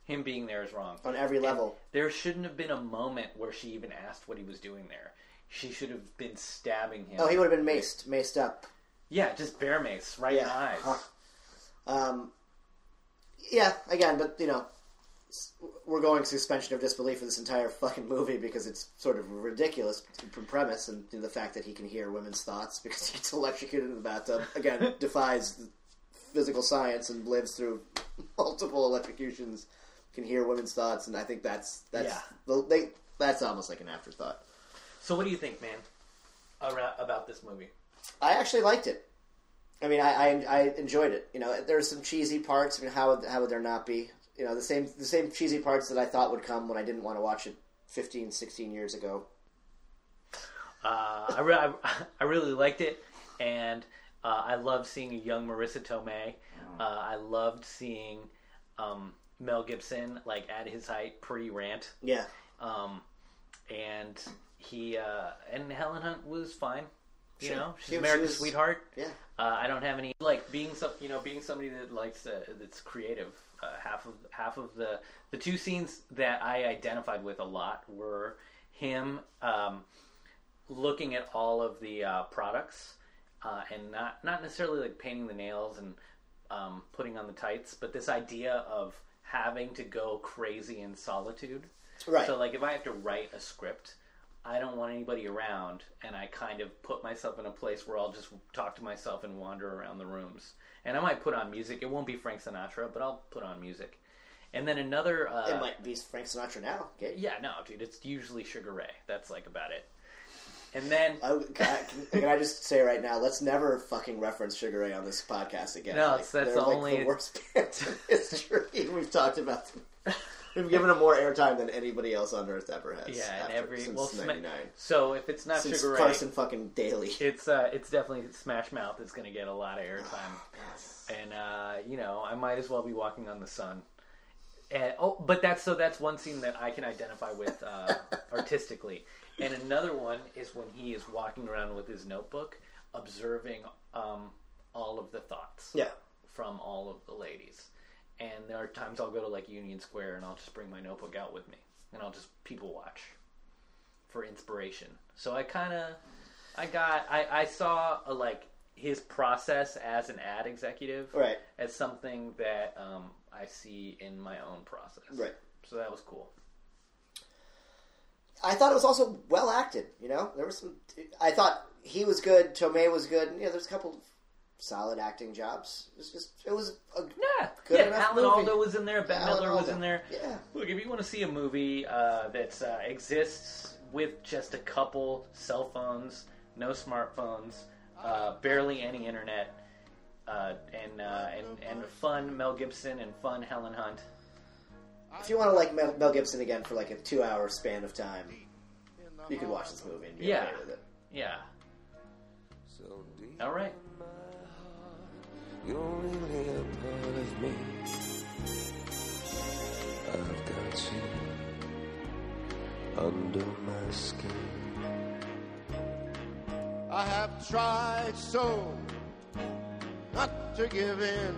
Speaker 2: Him being there is wrong.
Speaker 3: on every level.
Speaker 2: There shouldn't have been a moment where she even asked what he was doing there. She should have been stabbing him.
Speaker 3: Oh, he would have been maced, maced up.
Speaker 2: Yeah, just bear mace right in the
Speaker 3: Yeah.
Speaker 2: eyes.
Speaker 3: Huh. Um, yeah, again, but you know, s- we're going suspension of disbelief for this entire fucking movie because it's sort of ridiculous p- premise and you know, the fact that he can hear women's thoughts because he gets electrocuted in the bathtub again defies physical science and lives through multiple electrocutions. Can hear women's thoughts, and I think that's that's
Speaker 2: Yeah.
Speaker 3: the, they that's almost like an afterthought.
Speaker 2: So what do you think, man? Around, about this movie?
Speaker 3: I actually liked it. I mean, I, I I enjoyed it. You know, there's some cheesy parts. I mean, how would, how would there not be? You know, the same the same cheesy parts that I thought would come when I didn't want to watch it 15, 16 years ago.
Speaker 2: Uh, I, re- I, I really liked it, and uh, I loved seeing a young Marissa Tomei.
Speaker 3: Mm.
Speaker 2: Uh, I loved seeing um, Mel Gibson like at his height, pretty rant,
Speaker 3: Yeah,
Speaker 2: um, and he uh, and Helen Hunt was fine. You
Speaker 3: Sure.
Speaker 2: know,
Speaker 3: She
Speaker 2: she's
Speaker 3: was-
Speaker 2: America's
Speaker 3: she was-
Speaker 2: sweetheart.
Speaker 3: yeah.
Speaker 2: Uh, I don't have any like being some you know being somebody that likes uh, that's creative. Uh, half of half of the the two scenes that I identified with a lot were him um, looking at all of the uh, products uh, and not not necessarily like painting the nails and um, putting on the tights, but this idea of having to go crazy in solitude.
Speaker 3: Right.
Speaker 2: So like if I have to write a script, I don't want anybody around, and I kind of put myself in a place where I'll just talk to myself and wander around the rooms. And I might put on music. It won't be Frank Sinatra, but I'll put on music. And then another. Uh,
Speaker 3: It might be Frank Sinatra now. Okay.
Speaker 2: yeah, no, dude, it's usually Sugar Ray. That's like about it. And then
Speaker 3: I, Oh, can, I, can, can I just say right now, let's never fucking reference Sugar Ray on this podcast again.
Speaker 2: No, it's- that's
Speaker 3: they're
Speaker 2: the
Speaker 3: like
Speaker 2: only-
Speaker 3: the worst band in history. We've talked about them. We've given them more airtime than anybody else on earth ever has.
Speaker 2: yeah, and
Speaker 3: after-
Speaker 2: every
Speaker 3: since
Speaker 2: well, Sma-
Speaker 3: '99,
Speaker 2: so if it's not
Speaker 3: since
Speaker 2: Sugar Ray,
Speaker 3: Carson fucking Daly.
Speaker 2: it's uh, it's definitely Smash Mouth is going to get a lot of airtime,
Speaker 3: Oh,
Speaker 2: and uh, you know I might as well be walking on the sun. And, oh, but that's so that's one scene that I can identify with uh, artistically, and another one is when he is walking around with his notebook, observing um, all of the thoughts
Speaker 3: Yeah,
Speaker 2: from all of the ladies. And there are times I'll go to like Union Square and I'll just bring my notebook out with me and I'll just people watch for inspiration. So I kind of, I got, I, I saw a, like his process as an ad executive
Speaker 3: right,
Speaker 2: as something that um, I see in my own process.
Speaker 3: right.
Speaker 2: So that was cool.
Speaker 3: I thought it was also well acted. You know, there was some. I thought he was good. Tomei was good. And, you know, there's a couple of solid acting jobs. It's just it was a
Speaker 2: Yeah,
Speaker 3: Good
Speaker 2: yeah.
Speaker 3: enough
Speaker 2: Alan
Speaker 3: movie.
Speaker 2: Alda was in there. Ben
Speaker 3: Alan
Speaker 2: Miller was
Speaker 3: Alda.
Speaker 2: in there.
Speaker 3: Yeah.
Speaker 2: Look, if you want to see a movie uh, that uh, exists with just a couple cell phones, no smartphones, uh, barely any internet, uh, and, uh, and and fun Mel Gibson and fun Helen Hunt,
Speaker 3: If you want to like Mel, Mel Gibson again for like a two-hour span of time, you could watch this movie and be
Speaker 2: Yeah.
Speaker 3: okay with it.
Speaker 2: yeah.
Speaker 5: So deep
Speaker 2: All right.
Speaker 5: you're really a part of me. I've got you under my skin.
Speaker 6: I have tried so not to give in.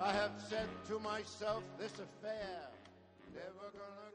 Speaker 6: I have said to myself, this affair never gonna